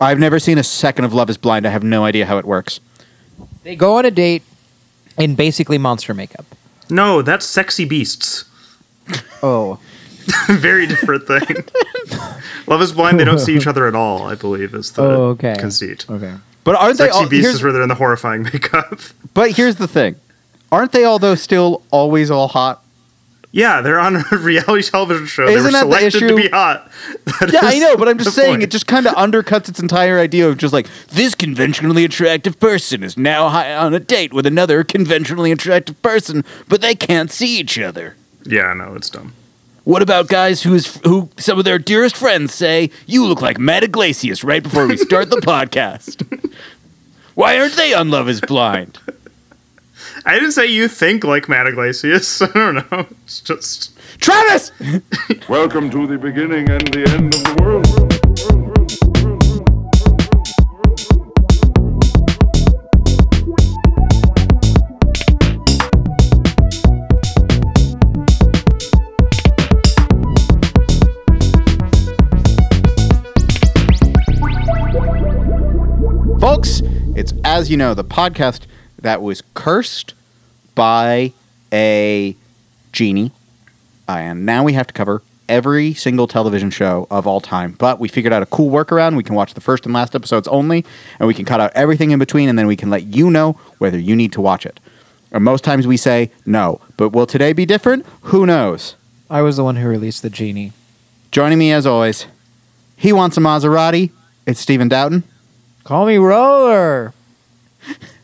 I've never seen a second of Love is Blind. I have no idea how it works. They go on a date in basically monster makeup. No, that's sexy beasts. Oh, Very different thing. Love is blind. They don't see each other at all. I believe is the Oh, okay. oh, conceit. okay. But aren't they Sexy all? beasts here's- is where they're in the horrifying makeup. but here's the thing: aren't they all though still always all hot? yeah, they're on a reality television show. they Isn't were that the selected issue? to be hot. That Yeah, I is know, but I'm just the saying point. it just kind of undercuts its entire idea of just like this conventionally attractive person is now high on a date with another conventionally attractive person, but they can't see each other. Yeah, no, it's dumb. What about guys who's who some of their dearest friends say you look like Matt Iglesias right before we start the podcast? Why aren't they on Love Is Blind? I didn't say you think like Matt Iglesias. I don't know. It's just Travis, Welcome to the beginning and the end of the world. folks, it's as you know the podcast that was cursed by a genie, and now we have to cover every single television show of all time. But we figured out a cool workaround. We can watch the first and last episodes only, and we can cut out everything in between, and then we can let you know whether you need to watch it. And most times we say no, but will today be different? Who knows? I was the one who released the genie. Joining me as always, he wants a Maserati. It's Stephen Doughton. Call me Roller.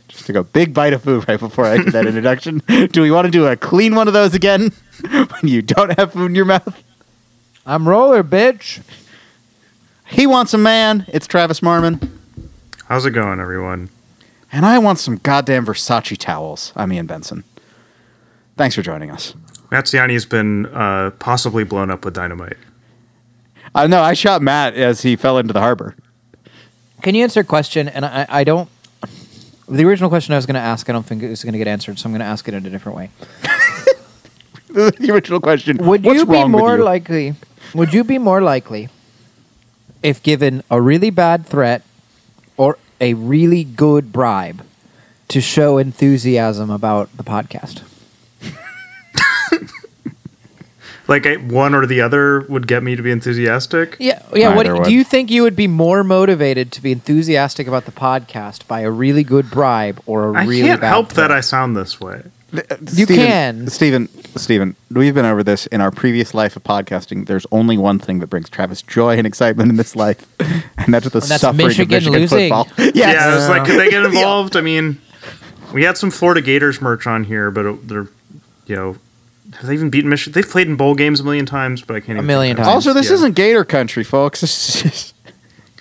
Just took a big bite of food right before I did that introduction. Do we want to do a clean one of those again when you don't have food in your mouth? I'm Roller, bitch. He wants a man. It's Travis Marmon. how's it going, everyone? And I want some goddamn Versace towels. I'm Ian Benson. Thanks for joining us. Matt Ciani has been uh, possibly blown up with dynamite. I know Uh, I shot Matt as he fell into the harbor. Can you answer a question? And I, I don't. The original question I was going to ask, I don't think is going to get answered, so I'm going to ask it in a different way. the original question. Would What's you be wrong with more you? likely? Would you be more likely if given a really bad threat or a really good bribe to show enthusiasm about the podcast? Like I, one or the other would get me to be enthusiastic. Yeah, yeah. What Either would. do you think you would be more motivated to be enthusiastic about the podcast by a really good bribe or a I really can't bad help threat? that I sound this way. You uh, Steven- can. Steven, Steven, we've been over this in our previous life of podcasting. There's only one thing that brings Travis joy and excitement in this life, and that's the that's suffering Michigan of Michigan losing. football. Yeah, Yes. it's like could they get involved? I mean, we had some Florida Gators merch on here, but it- they're you know have they even beaten Michigan? They've played in bowl games a million times, but I can't. even million think of it. times. Also, this Yeah. isn't Gator country, folks. This is,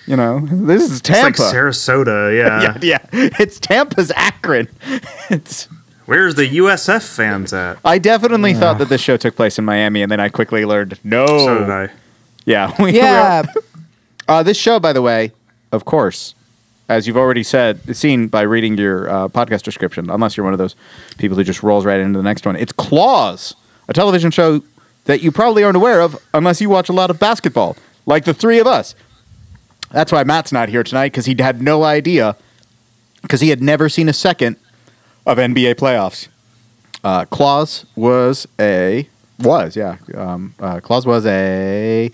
you know, this is Tampa. It's like Sarasota. Yeah. yeah, yeah, it's Tampa's Akron. It's, Where's the USF fans at? I definitely thought that this show took place in Miami, and then I quickly learned no. So did I. Yeah, we- we yeah, Uh, this show, by the way, of course, as you've already said, seen by reading your uh, podcast description, unless you're one of those people who just rolls right into the next one. It's Claws, a television show that you probably aren't aware of unless you watch a lot of basketball, like the three of us. That's why Matt's not here tonight because he had no idea, because he had never seen a second of NBA playoffs. Uh, Claus was a was yeah. Um, uh, Claus was a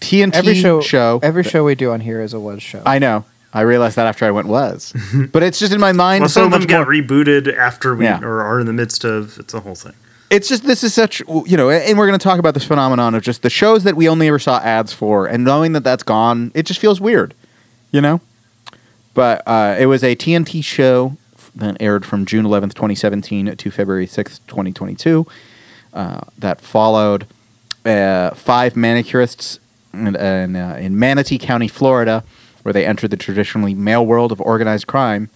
TNT every show, show. every show we do on here is a was show. I know. I realized that after I went was, but it's just in my mind. Well, so some of much them more. got rebooted after we Yeah. or are in the midst of. It's a whole thing. it's just this is such you know, and we're going to talk about this phenomenon of just the shows that we only ever saw ads for, and knowing that that's gone, it just feels weird, you know. But uh, it was a TNT show that aired from June 11th, 2017 to February 6th, 2022. Uh, that followed uh, five manicurists in, in, uh, in Manatee County, Florida, where they entered the traditionally male world of organized crime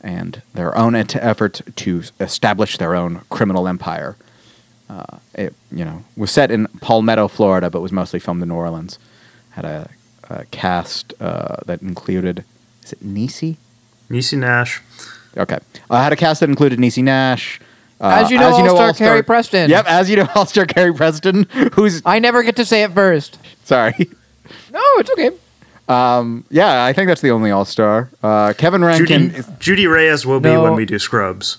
and their own et- effort to establish their own criminal empire. Uh, it you know was set in Palmetto, Florida, but was mostly filmed in New Orleans. Had a, a cast uh, that included is it Nisi? Nisi Nash. Okay, I had a cast that included Nisi Nash. Uh, As you know, All-Star Carrie Preston. Yep, as you know, All Star Carrie Preston, who's I never get to say it first. sorry, No, it's okay. Um, yeah, I think that's the only All Star. Uh, Kevin Rankin. Judy, Judy Reyes will be No. when we do Scrubs.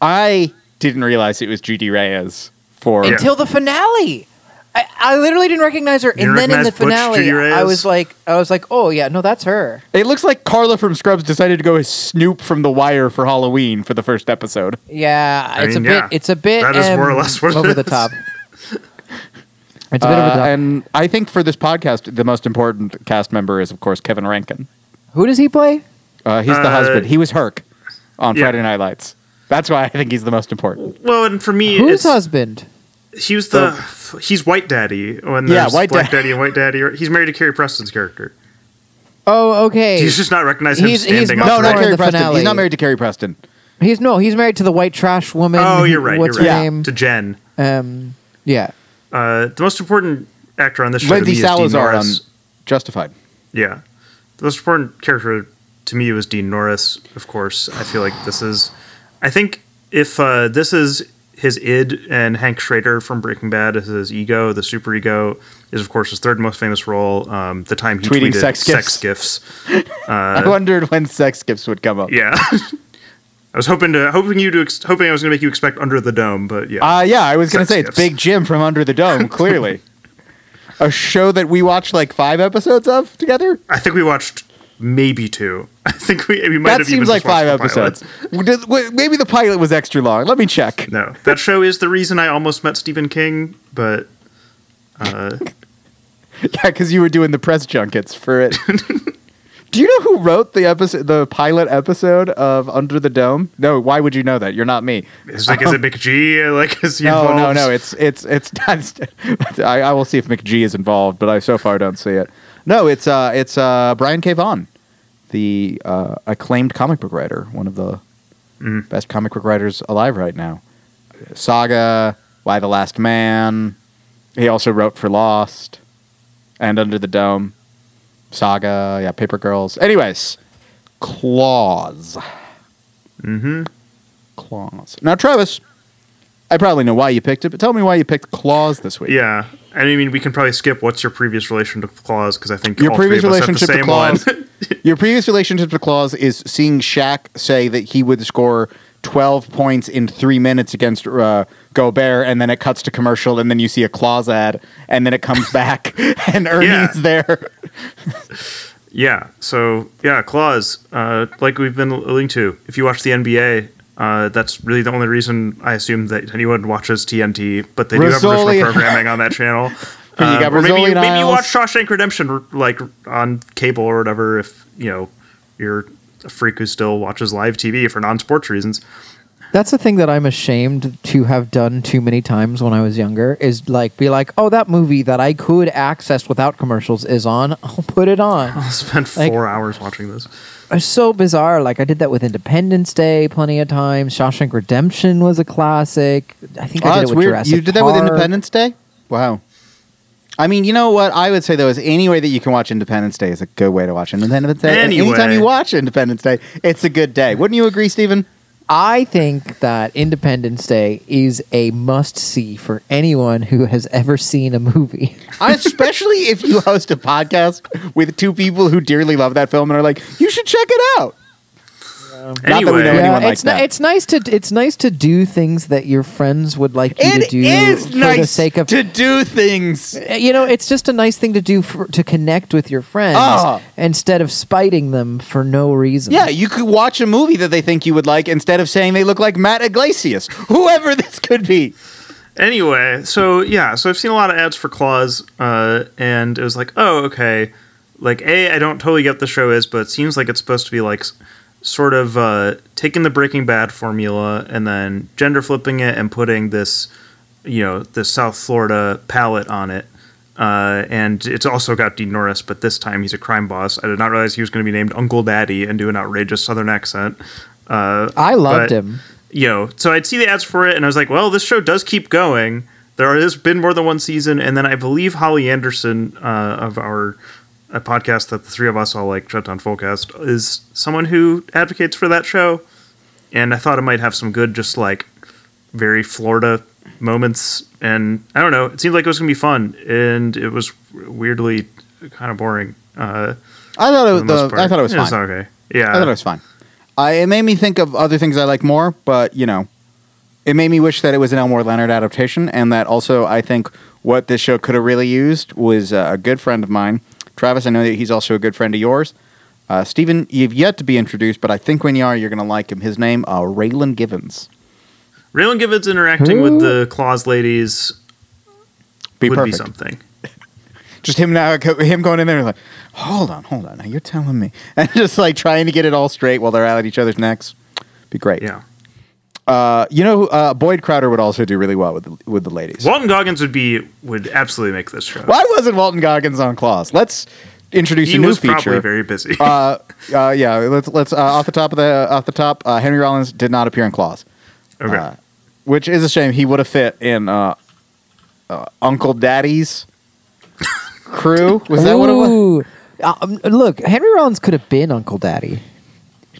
I didn't realize it was Judy Reyes for. Yeah. until the finale. I, I literally didn't recognize her, didn't and then in the recognize Butch finale, Judy Reyes? I was like, I was like, oh yeah, no, that's her. It looks like Carla from Scrubs decided to go as Snoop from The Wire for Halloween for the first episode. Yeah, I it's mean, a bit, yeah. it's a bit. That is um, more or less what it over the is. top. It's a bit Uh, over the top. and I think for this podcast, the most important cast member is, of course, Kevin Rankin. Who does he play? Uh, he's the Uh, husband. He was Herc on yeah. Friday Night Lights. That's why I think he's the most important. Well, and for me, Who's it's, husband? he was the he's White Daddy. When Yeah, there's White Black Dad- Daddy and White Daddy, are- he's married to Carrie Preston's character. Oh, okay. He's just not recognized him He's- he's standing much up. No, That's not right. Carrie the Preston. finale. He's not married to Carrie Preston. he's no, he's married to the white trash woman. Oh, who- you're right. What's you're her right. name? To Jen, Um, yeah. uh, the most important actor on this show. Lindsay to me is Dean Salazar on Norris. Justified. Yeah. The most important character to me was Dean Norris, of course. I feel like this is. I think if uh, this is his id and Hank Schrader from Breaking Bad is his ego, the super ego is, of course, his third most famous role. Um, the time he Tweeting tweeted sex gifs. gifs. I wondered when sex gifts would come up. Uh, Yeah. I was hoping to hoping you to ex- hoping I was going to make you expect Under the Dome, but yeah. Uh, yeah, I was going to Sex say it's gifts. Big Jim from Under the Dome, clearly. A show that we watched like five episodes of together. I think we watched maybe two. I think we we might That have seems even like just watched five the pilot. episodes. W- did- w- Maybe the pilot was extra long. Let me check. No, that show is the reason I almost met Stephen King, but uh, Yeah, because you were doing the press junkets for it. Do you know who wrote the episode, the pilot episode of Under the Dome? No, why would you know that? You're not me. it's like is it McG? Like is he Oh. No, no, involved? no. It's it's it's. I, I will see if McGee is involved, but I so far don't see it. No, it's uh, it's uh, Brian K. Vaughan, the uh, acclaimed comic book writer, one of the Mm. best comic book writers alive right now. Saga, Why the Last Man. He also wrote for Lost and Under the Dome. Saga, yeah, Paper Girls. Anyways, Claws. Mm-hmm. Claws. Now, Travis, I probably know why you picked it, but tell me why you picked Claws this week. Yeah, and I mean we can probably skip what's your previous relation to Claus because I think Your all previous three of us have relationship to the same Claus. Your previous relationship to Claws is seeing Shaq say that he would score 12 points in three minutes against uh, Gobert, and then it cuts to commercial, and then you see a Claws ad, and then it comes back, and Ernie's Yeah. there. one. yeah, so yeah, Claus. Uh, like we've been alluding to, if you watch the NBA. Uh, that's really the only reason I assume that anyone watches TNT, but they do have Rizzoli. original programming on that channel. Uh, You got or maybe, Rizzoli you, maybe you Niles. watch Shawshank Redemption like on cable or whatever. If you know you're a freak who still watches live TV for non-sports reasons, That's the thing that I'm ashamed to have done too many times when I was younger is like be like, oh, that movie that I could access without commercials is on. I'll put it on. I'll spend Like- four hours watching this. It's so bizarre. Like I did that with Independence Day plenty of times. Shawshank Redemption was a classic. I think I did it with Jurassic Oh, you did that with Park. Independence Day? Wow. I mean, you know what I would say though is any way that you can watch Independence Day is a good way to watch Independence Day. And Anyway. Anytime you watch Independence Day, it's a good day. Wouldn't you agree, Stephen? I think that Independence Day is a must see for anyone who has ever seen a movie. Especially if you host a podcast with two people who dearly love that film and are like, you should check it out. Not that we Anyway, know anyone it's likes that. it's nice to it's nice to do things that your friends would like you to It do is for nice the sake of to do things. eh, you know it's just a nice thing to do for, to connect with your friends Ah. instead of spiting them for no reason. Yeah, you could watch a movie that they think you would like instead of saying they look like Matt Iglesias, whoever this could be. anyway, so yeah, so I've seen a lot of ads for Claws, uh, and it was like, oh, okay. Like, A, I don't totally get what the show is, but it seems like it's supposed to be like s- sort of uh, taking the Breaking Bad formula and then gender flipping it and putting this, you know, this South Florida palette on it. Uh, and it's also got Dean Norris, but this time he's a crime boss. I did not realize he was going to be named Uncle Daddy and do an outrageous Southern accent. Uh, I loved but- him. yo so i'd see the ads for it and i was like well this show does keep going there has been more than one season and then i believe holly anderson uh, of our uh podcast that the three of us all like shutdown fullcast is someone who advocates for that show and i thought it might have some good just like very florida moments and i don't know it seemed like it was going to be fun and it was weirdly kind of boring uh, I thought it was. for the Oh, most The, part. I thought it was fine. okay. Yeah, I thought it was fine. I, it made me think of other things I like more, but you know, it made me wish that it was an Elmore Leonard adaptation, and that also I think what this show could have really used was uh, a good friend of mine, Travis. I know that he's also a good friend of yours. Uh, Stephen, you've yet to be introduced, but I think when you are, you're going to like him. His name, uh, Raylan Givens. Raylan Givens interacting with the Claus ladies Be would perfect. be something. just him now, him going in there and like, hold on, hold on. Now you're telling me, and just like trying to get it all straight while they're out at each other's necks. Be great. Yeah, Uh, you know, uh, Boyd Crowder would also do really well with the, with the ladies. Walton Goggins would be would absolutely make this show. Why wasn't Walton Goggins on Claws? Let's introduce He a new was probably feature. very busy. uh, uh, yeah, let's let's uh, off the top of the off the top. Uh, Henry Rollins did not appear in Claws, okay. uh, which is a shame. He would have fit in uh, uh, Uncle Daddy's crew. Was that what it was? Ooh. Uh, um, look, Henry Rollins could have been Uncle Daddy.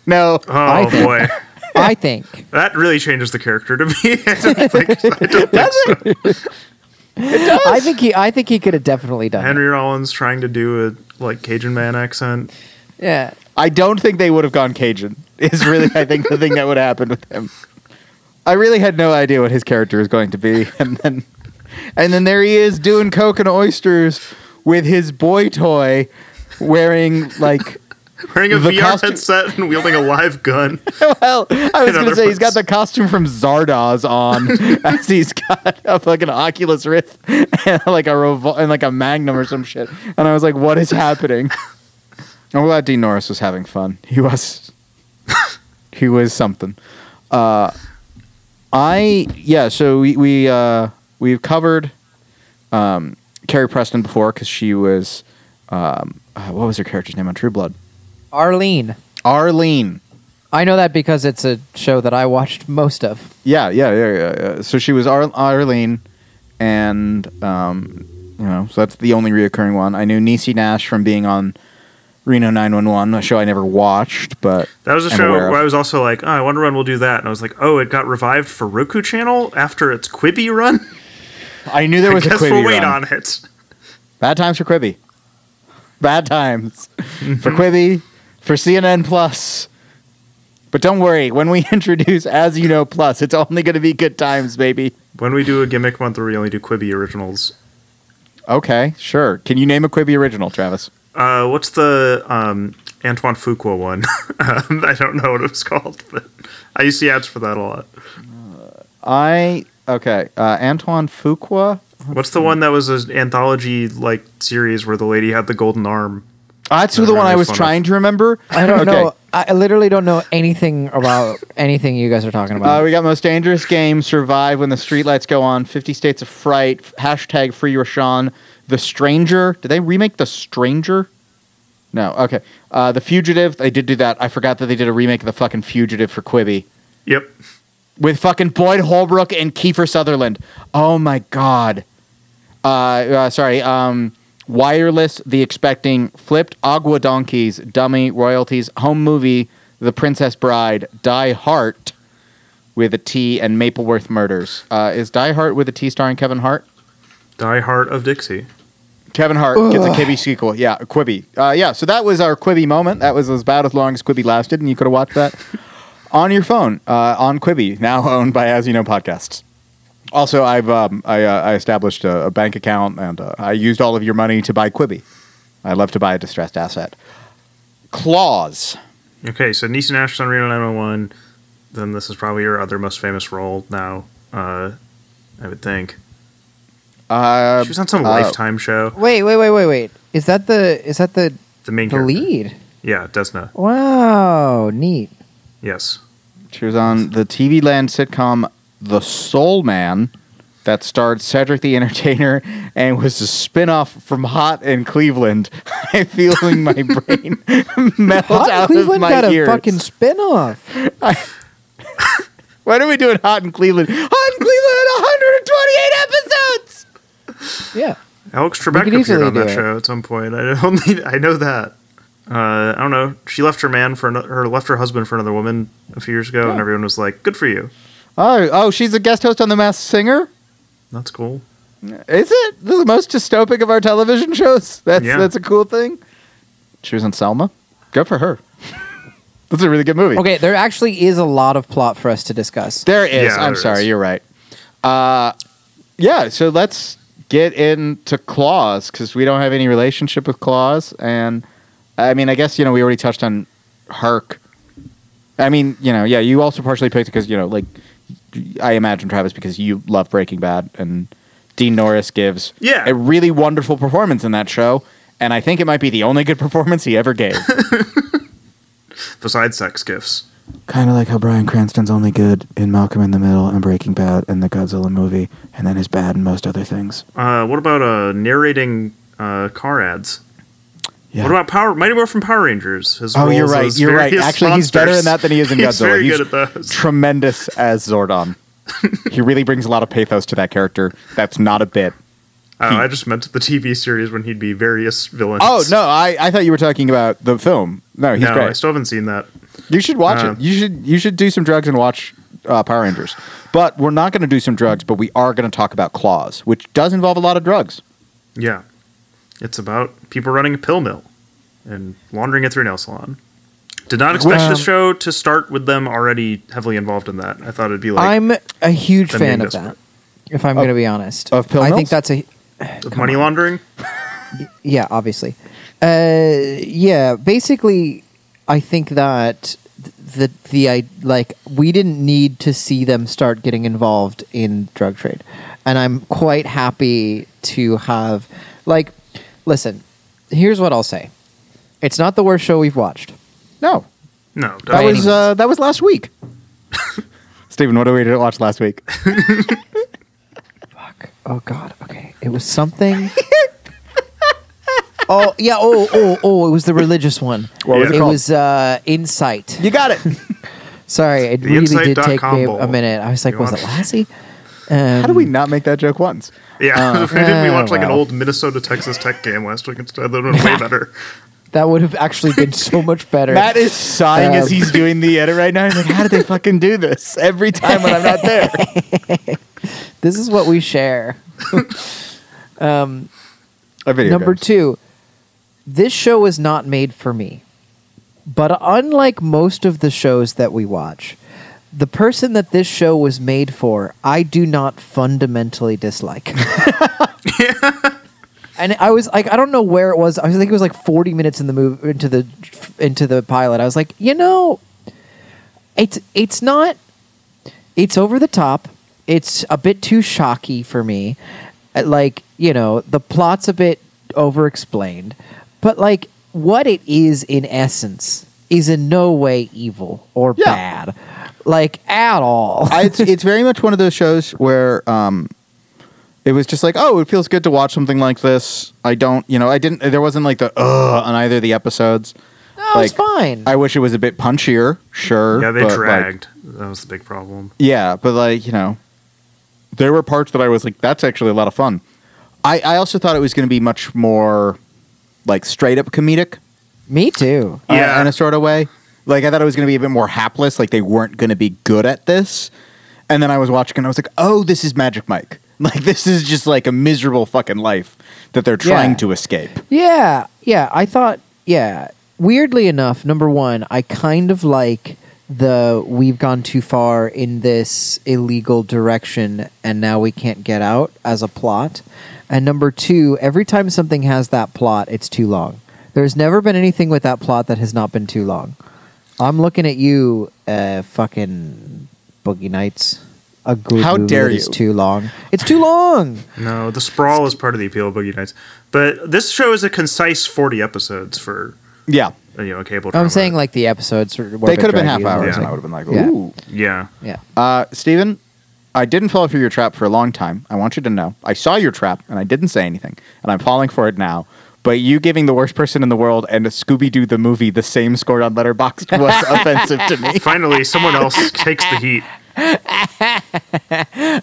No. I oh think- boy, I think. that really changes the character to me. I don't think, I don't think so. I think he. I think he could have definitely done. Henry Rollins trying to do a like Cajun man accent. It. Yeah. I don't think they would have gone Cajun. Is really I think the thing that would happen with him. I really had no idea what his character was going to be, and then and then there he is doing coke and oysters with his boy toy, wearing like. Wearing a The VR costume- headset and wielding a live gun. Well, Oh, I was In going to other say he's got words. the costume from Zardoz on, as he's got a fucking Oculus Rift and like a revol- and like a Magnum or some shit, and I was like, "What is happening?" I'm glad Dean Norris was having fun. He was, he was something. Uh, I yeah. So we we uh, we've covered um, Carrie Preston before because she was um, uh, what was her character's name on True Blood? Arlene. Arlene. I know that because it's a show that I watched most of. Yeah, yeah, yeah, yeah. yeah. So she was Ar- Arlene, and um, you know, so that's the only reoccurring one. I knew Niecy Nash from being on Reno 911, a show I never watched, but That was a I'm show aware of. where I was also like, oh, I wonder when we'll do that. And I was like, oh, it got revived for Roku Channel after its Quibi run. I knew there was I a guess Quibi we'll wait run. on it. Bad times for Quibi. Bad times for Quibi, for CNN Plus. But don't worry, when we introduce As You Know Plus, it's only going to be good times, baby. When we do a gimmick month where we only do Quibi originals. Okay, sure. Can you name a Quibi original, Travis? Uh, what's the um, Antoine Fuqua one? um, I don't know what it was called, but I used to see ads for that a lot. I okay. Uh, Antoine Fuqua. What's the one that was an anthology like series where the lady had the golden arm? That's who Not the one really I was fun trying to remember. I don't okay. know. I I literally don't know anything about anything you guys are talking Uh, about. we got most dangerous game, survive when the streetlights go on, Fifty States of Fright, hashtag Free Rashawn, The Stranger. Did they remake The Stranger? No. Okay. Uh, the Fugitive. They did do that. I forgot that they did a remake of the fucking Fugitive for Quibi Yep. with fucking Boyd Holbrook and Kiefer Sutherland. Oh my god. Uh, uh, sorry. Um, Wireless, The Expecting, Flipped, Agua Donkeys, Dummy, Royalties, Home Movie, The Princess Bride, Die Hart with a T, and Mapleworth Murders. Uh, is Die Hart with a T starring Kevin Hart? Die Hard of Dixie. Kevin Hart gets a Quibi sequel. Yeah, a Quibi. Uh, yeah, so that was our Quibi moment. That was about as long as Quibi lasted, and you could have watched that on your phone uh, on Quibi, now owned by As You Know Podcasts. Also, I've um, I, uh, I established a, a bank account, and uh, I used all of your money to buy Quibi. I love to buy a distressed asset. Claws. Okay, so Niecy Nash on Reno 901. Then this is probably your other most famous role now, uh, I would think. Uh, She was on some uh, Lifetime show. wait, wait, wait, wait, wait. Is that the is that the The main the character. lead? Yeah, Desna. Wow, neat. Yes. She was on the TV Land sitcom The Soul Man that starred Cedric the Entertainer and was a spin-off from Hot in Cleveland. I'm feeling my brain melt Hot out of Cleveland my got a ears. fucking spinoff. What are we doing Hot in Cleveland? Hot in Cleveland had 128 episodes! Yeah. Alex could Trebek appeared easily on do that it. show at some point. I don't need, I know that. Uh, I don't know. She left her man for another, or left her husband for another woman a few years ago, and everyone was like, "Good for you." Oh, oh, she's a guest host on The Masked Singer? That's cool. Is it? This is the most dystopic of our television shows. That's Yeah. that's a cool thing. She was in Selma. Good for her. That's a really good movie. Okay, there actually is a lot of plot for us to discuss. There is. Yeah, I'm there sorry. is. You're right. Uh, yeah. So let's get into Claws because we don't have any relationship with Claws, and I mean, I guess you know we already touched on Herc. I mean, you know, yeah. You also partially picked because you know, like, I imagine Travis because you love Breaking Bad, and Dean Norris gives Yeah. a really wonderful performance in that show, and I think it might be the only good performance he ever gave. Besides sex gifts. kind of like how Brian Cranston's only good in Malcolm in the Middle and Breaking Bad and the Godzilla movie, and then is bad in most other things. Uh, what about uh, narrating uh, car ads? Yeah. What about Power? Mighty Morphin Power Rangers. His Oh, roles you're right. as You're right. various Actually, he's better in that than he is in he's Godzilla. Very He's good at those. Tremendous as Zordon. he really brings a lot of pathos to that character. That's not a bit. oh, I just meant the TV series when he'd be various villains. Oh no, I, I thought you were talking about the film. No, he's no, I great. still haven't seen that. you should watch Uh, it. You should you should do some drugs and watch uh, Power Rangers. But we're not going to do some drugs, but we are going to talk about Claws, which does involve a lot of drugs. Yeah, it's about people running a pill mill and laundering it through a nail salon. Did not expect Well- the show to start with them already heavily involved in that. I thought it'd be like I'm a huge them being fan of that. desperate. If I'm going to be honest, of pill I mills? think that's a money laundering. yeah, obviously. Uh, yeah, basically, I think that th- the the I like we didn't need to see them start getting involved in drug trade, and I'm quite happy to have like listen. Here's what I'll say: It's not the worst show we've watched. No, No, That By was any uh, that was last week. Stephen, what did we watch last week? Fuck. Oh God. Okay. It was something. oh yeah. Oh oh oh. It was the religious one. What was it It called? was uh, Insight. You got it. Sorry, it The really Insight did dot take com me bowl. a minute. I was like, You was want- it Lassie? Um, How do we not make that joke once? yeah, oh, why didn't we uh, watch like an well. old Minnesota Texas Tech game last week instead? That would have been way better. That would have actually been so much better. Matt is sighing as Um, he's doing the edit right now. He's like, "How did they fucking do this every time when I'm not there?" this is what we share. A video Number games. two, this show was not made for me. But unlike most of the shows that we watch, the person that this show was made for, I do not fundamentally dislike. and I was like, I don't know where it was. I was- I think it was like 40 minutes in the move into the into the pilot. I was like, you know, it's it's not it's over the top. It's a bit too shocky for me. Uh, Like, you know, the plot's a bit over explained. But, like, what it is in essence is in no way evil or Yeah. bad. Like, at all. I, it's, it's very much one of those shows where um, it was just like, oh, it feels good to watch something like this. I don't, you know, I didn't. There wasn't like the ugh on either of the episodes. no, it's like, fine. I wish it was a bit punchier. Sure. Yeah, they but, like, dragged. that was the big problem. Yeah, but like, you know, there were parts that I was like, that's actually a lot of fun. I, I also thought it was going to be much more like straight up comedic me too. uh, Yeah. in a sort of way. Like, I thought it was going to be a bit more hapless, like, they weren't going to be good at this. And then I was watching and I was like, oh, this is Magic Mike. Like, this is just like a miserable fucking life that they're trying Yeah. to escape. Yeah, yeah. I thought, yeah. Weirdly enough, number one, I kind of like the we've gone too far in this illegal direction and now we can't get out as a plot. And number two, every time something has that plot, it's too long. There's never been anything with that plot that has not been too long. I'm looking at you, uh, fucking Boogie Nights. A good How movie dare that is you. too long. It's too long. No, the sprawl is part of the appeal of Boogie Nights. But this show is a concise 40 episodes for Yeah. you know a cable. I'm drama. saying like the episodes. Were were a They bit could have been half draggy, is what I'm hours, and saying. I would have been like, Yeah. ooh. yeah, Yeah. Uh, Steven, I didn't fall for your trap for a long time. I want you to know. I saw your trap and I didn't say anything, and I'm falling for it now. But you giving the worst person in the world and Scooby Doo the movie the same score on Letterboxd was offensive to me. Finally, someone else takes the heat.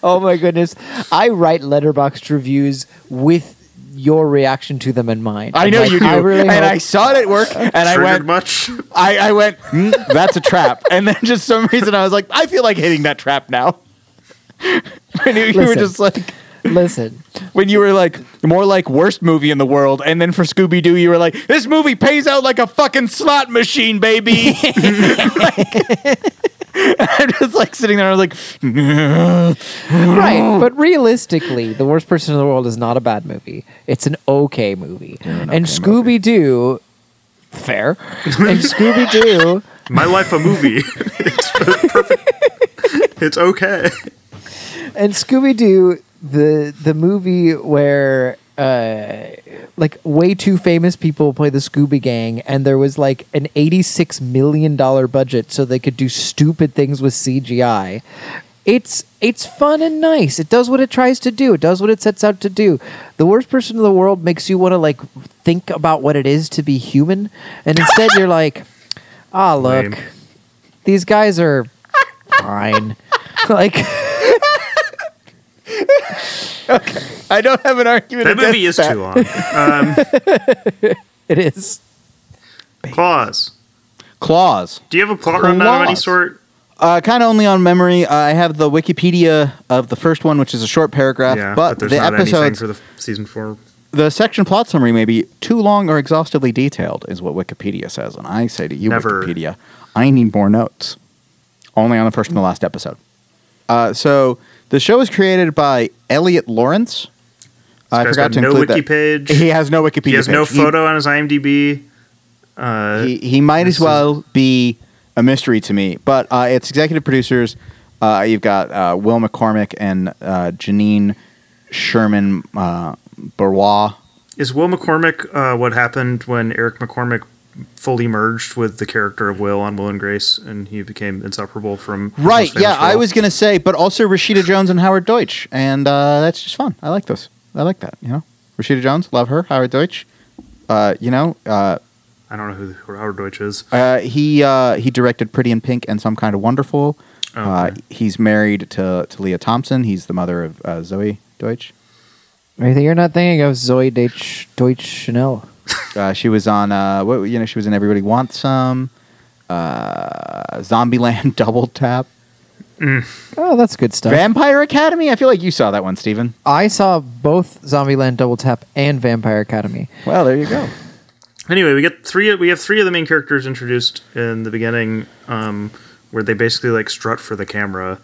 Oh my goodness. I write letterboxed reviews with your reaction to them in mind. I I'm know like, you do, I really and hope- I saw it at work, and I went, Triggered much? I, I went, "Hmm, that's a trap. And then just some reason I was like, I feel like hitting that trap now. and you, you were Listen. just like, Listen, when you were like more like worst movie in the world, and then for Scooby Doo, you were like, this movie pays out like a fucking slot machine, baby. Like- I'm just like sitting there, I was like, right? But realistically, the worst person in the world is not a bad movie. It's an okay movie. and Scooby Doo, fair. and Scooby Doo. My life a movie. it's perfect. It's okay. and Scooby Doo, the the movie where uh, like way too famous people play the Scooby Gang, and there was like an eighty six million dollar budget, so they could do stupid things with CGI. It's it's fun and nice. It does what it tries to do. It does what it sets out to do. The worst person in the world makes you want to like think about what it is to be human, and instead you're like, ah, look, Lame. these guys are fine. like. I don't have an argument. That movie is against that. too long. It is. Claws. Claws. Do you have a plot rundown of any Claws. sort? Uh, kind of only on memory. uh, I have the Wikipedia of the first one, which is a short paragraph, Yeah, but, there's the not anything episodes, for the f- season four. the section plot summary may be too long or exhaustively detailed, is what Wikipedia says. And I say to you, Never. Wikipedia, I need more notes. Only on the first and the last episode. Uh, so the show was created by Elliot Lawrence. I guy's forgot got to no include wiki that. page. He has no Wikipedia. He has no page. photo on his IMDb. Uh, he, he might as This is- well be a mystery to me. But uh, it's executive producers. Uh, you've got uh, Will McCormick and uh, Janine Sherman uh, Barrois. is Will McCormick uh, what happened when Eric McCormick fully merged with the character of Will on Will and Grace, and he became inseparable from his Right. most famous Yeah, I role? was gonna say, but also Rashida Jones and Howard Deutsch, and uh, that's just fun. I like those. I like that. You know, Rashida Jones, love her. Howard Deutsch. Uh, you know, uh, I don't know who, who Howard Deutsch is. uh, he uh, he directed Pretty in Pink and Some Kind of Wonderful. Oh, Uh, okay. he's married to to Leah Thompson. He's the mother of uh, Zoe Deutsch. Anything you're not thinking of Zoe Deutsch, Deutsch Chanel. Uh, she was on, uh, what, you know, she was in Everybody Wants Some, uh, Zombieland Double Tap, Oh, that's good stuff. Vampire Academy. I feel like you saw that one, Steven. I saw both Zombieland Double Tap and Vampire Academy. Well, there you go. anyway, we get three. We have three of the main characters introduced in the beginning, um, where they basically like strut for the camera.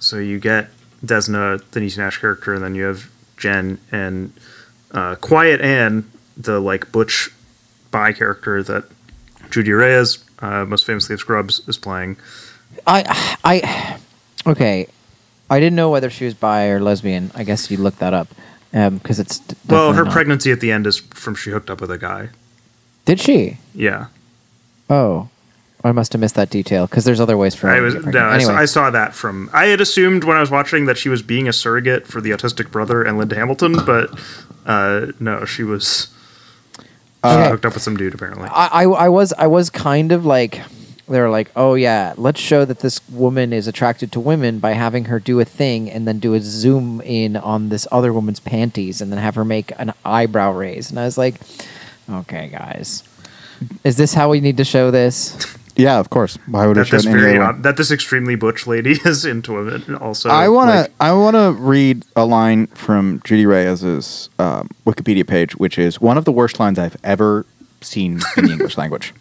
So you get Desna, the Niecy Nash character, and then you have Jen and uh, Quiet Ann, the like butch bi character that Judy Reyes, uh, most famously of Scrubs, is playing. I, I, okay. I didn't know whether she was bi or lesbian. I guess you looked that up because it's. d- well, definitely her not. pregnancy at the end is from she hooked up with a guy. Did she? Yeah, Oh, I must have missed that detail because there's other ways for. her I to was get no, pregnant. I s- anyway, I saw that from. I had assumed when I was watching that she was being a surrogate for the autistic brother and Linda Hamilton, but uh, no, she was she Okay. hooked up with some dude apparently. I, I, I was I was kind of like they were like, oh yeah, let's show that this woman is attracted to women by having her do a thing and then do a zoom in on this other woman's panties and then have her make an eyebrow raise. And I was like, okay, guys, is this how we need to show this? Yeah, of course. Why would I That show this it any very other way? ob- that this extremely butch lady is into women. Also, I want to. like, I want to read a line from Judy Reyes's um, Wikipedia page, which is one of the worst lines I've ever seen in the English language.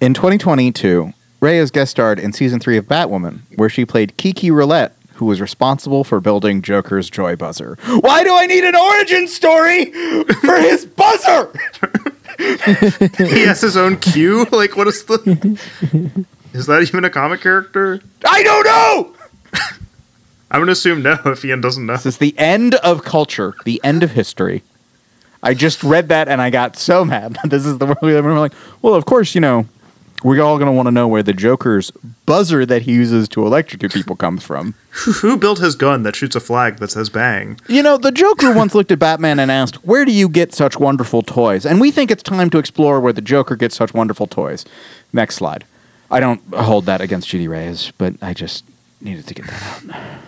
In 2022, Reyes guest starred in season three of Batwoman, where she played Kiki Roulette, who was responsible for building Joker's joy buzzer. Why do I need an origin story for his buzzer? he has his own cue. Like, what is the? is that even a comic character? I don't know. I'm gonna assume no if Ian doesn't know. This is the end of culture, the end of history. I just read that and I got so mad. This is the world we live in. We're like, well, of course, you know, we're all going to want to know where the Joker's buzzer that he uses to electrocute people comes from. Who built his gun that shoots a flag that says "bang"? You know, the Joker once looked at Batman and asked, Where do you get such wonderful toys? And we think it's time to explore where the Joker gets such wonderful toys. Next slide. I don't hold that against Judy Reyes, but I just needed to get that out.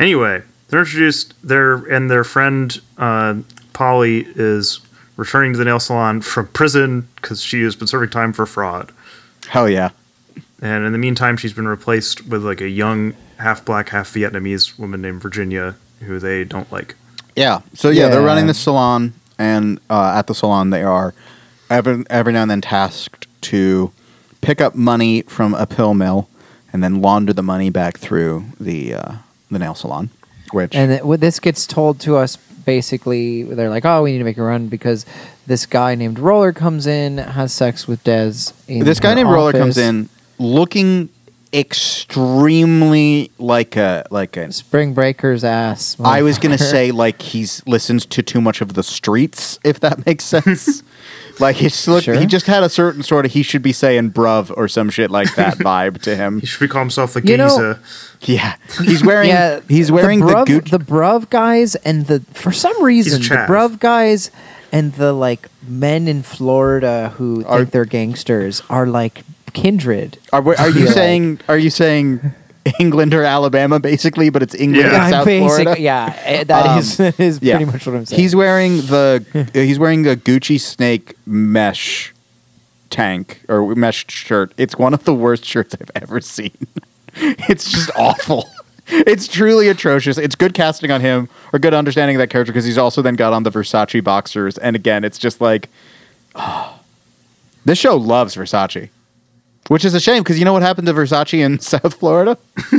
Anyway, they're introduced. Their and their friend uh, Polly is returning to the nail salon from prison because she has been serving time for fraud. Hell yeah. And in the meantime, she's been replaced with like a young, half black, half Vietnamese woman named Virginia, who they don't like. Yeah. So yeah, they're Yeah. running the salon, and uh, at the salon they are every every now and then tasked to pick up money from a pill mill and then launder the money back through the uh, the nail salon. Which And it, well, this gets told to us basically. They're like, "Oh, we need to make a run because this guy named Roller comes in, has sex with Dez." In this guy her named Roller comes office. in looking extremely like a like a Spring Breaker's ass. I was gonna motherfucker. say like he's listened to too much of the streets, if that makes sense. like he's look, Sure. he just had a certain sort of he should be saying bruv or some shit like that vibe to him. He should call himself the You know- Giza. Yeah, he's wearing yeah, he's wearing the, the bruv, Gucci. the bruv guys and the for some reason the Chav. bruv guys and the like men in Florida who Are- think they're gangsters are like kindred. are, we- are you Yeah. saying are you saying England or Alabama basically? But it's England Yeah. and South basic- Florida. Um, yeah, eh, that is that is yeah. pretty much what I'm saying. He's wearing the uh, he's wearing a Gucci snake mesh tank or mesh shirt. It's one of the worst shirts I've ever seen. It's just awful. It's truly atrocious. It's good casting on him or good understanding of that character because he's also then got on the Versace boxers. And again, it's just like this show loves Versace, which is a shame because you know what happened to Versace in South Florida?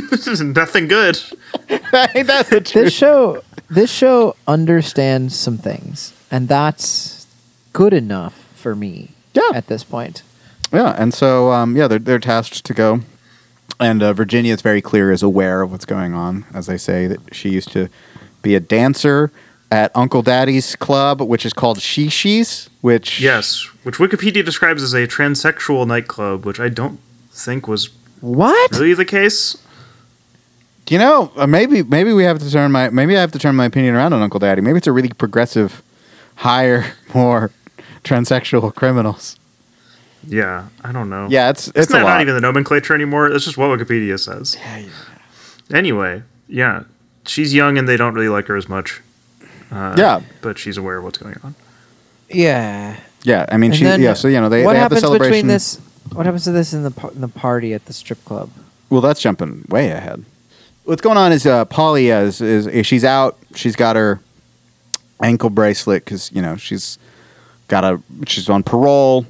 This is nothing good. Ain't that the truth? this show this show understands some things and that's good enough for me Yeah. at this point Yeah, and so um, yeah, they're they're tasked to go, and uh, Virginia is very clear is aware of what's going on. As they say that she used to be a dancer at Uncle Daddy's club, which is called Shishi's. Which Yes, which Wikipedia describes as a transsexual nightclub, which I don't think was what really the case. you know, uh, maybe maybe we have to turn my maybe I have to turn my opinion around on Uncle Daddy. Maybe it's a really progressive, hire more transsexual criminals. Yeah, I don't know. Yeah, it's it's it's a not, lot. not even the nomenclature anymore. That's just what Wikipedia says. Anyway, yeah, she's young and they don't really like her as much. Uh, Yeah. but she's aware of what's going on. yeah yeah, I mean, And she then yeah. So you know, they, what they have the happens celebration. between this what happens to this in the, par- in the party at the strip club Well, that's jumping way ahead. What's going on is uh, Polly is, is, is she's out. She's got her ankle bracelet because you know she's got a she's on parole.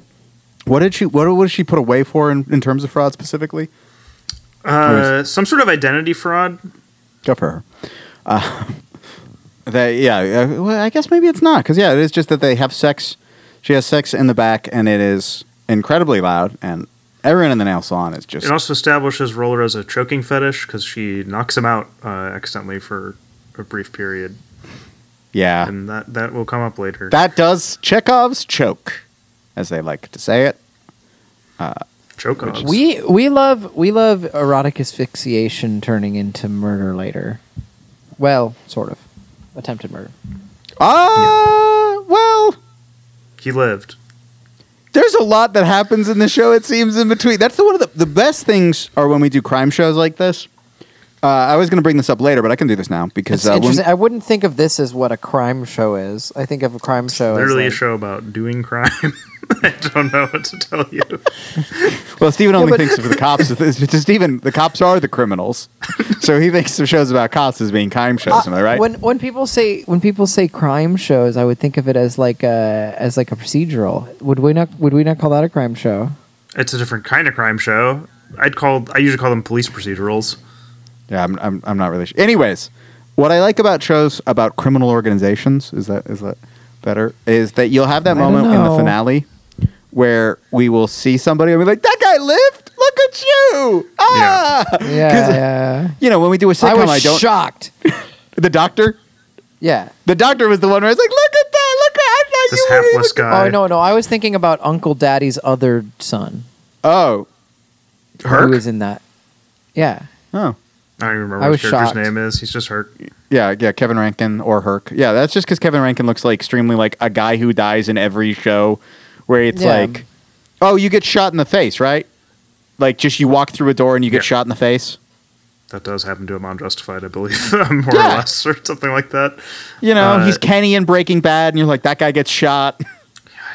What did she? What was she put away for in, in terms of fraud specifically? Uh, some sort of identity fraud. Go for her. Uh, that yeah. Uh, well, I guess maybe it's not because yeah, it is just that they have sex. She has sex in the back, and it is incredibly loud, and everyone in the nail salon is just It also establishes Roller as a choking fetish because she knocks him out uh, accidentally for a brief period, yeah. and that that will come up later. That does Chekhov's choke, as they like to say it. choke offs. we we love we love erotic asphyxiation turning into murder later well sort of attempted murder Ah, well, he lived. there's a lot that happens in the show. It seems in between. That's the one of the the best things are when we do crime shows like this. Uh, I was going to bring this up later, but I can do this now because it's uh, when, interesting. I wouldn't think of this as what a crime show is. I think of a crime show as Literally like- a show about doing crime. I don't know what to tell you. well, Stephen only but- thinks of the cops. as- to Stephen, the cops are the criminals, so he thinks of shows about cops as being crime shows. am I right? When when people say when people say crime shows, I would think of it as like a as like a procedural. Would we not would we not call that a crime show? It's a different kind of crime show. I'd call. I usually call them police procedurals. yeah, I'm, I'm, I'm not really sure. Anyways, what I like about shows about criminal organizations is that is that better is that you'll have that I don't moment in the know. finale where we will see somebody and be like, "That guy lived. Look at you!" Ah, Yeah, 'Cause, yeah. you know when we do a sitcom, I I, was don't. shocked. The doctor, Yeah. the doctor was the one where I was like, "Look at that! Look at I thought This you were." hapless guy. oh no, no, I was thinking about Uncle Daddy's other son Oh, who Herc. was in that. Yeah, oh, I don't even remember I what was his character's shocked. name is. He's just Herc. yeah, yeah. Kevin Rankin or Herc. Yeah, that's just because Kevin Rankin looks like extremely like a guy who dies in every show, where it's Yeah. like, oh, you get shot in the face, right? Like just you walk through a door and you get Yeah. shot in the face. That does happen to him on Justified, I believe, more or Yeah. less, or something like that. You know, Uh, he's Kenny in Breaking Bad, and you're like, that guy gets shot. God,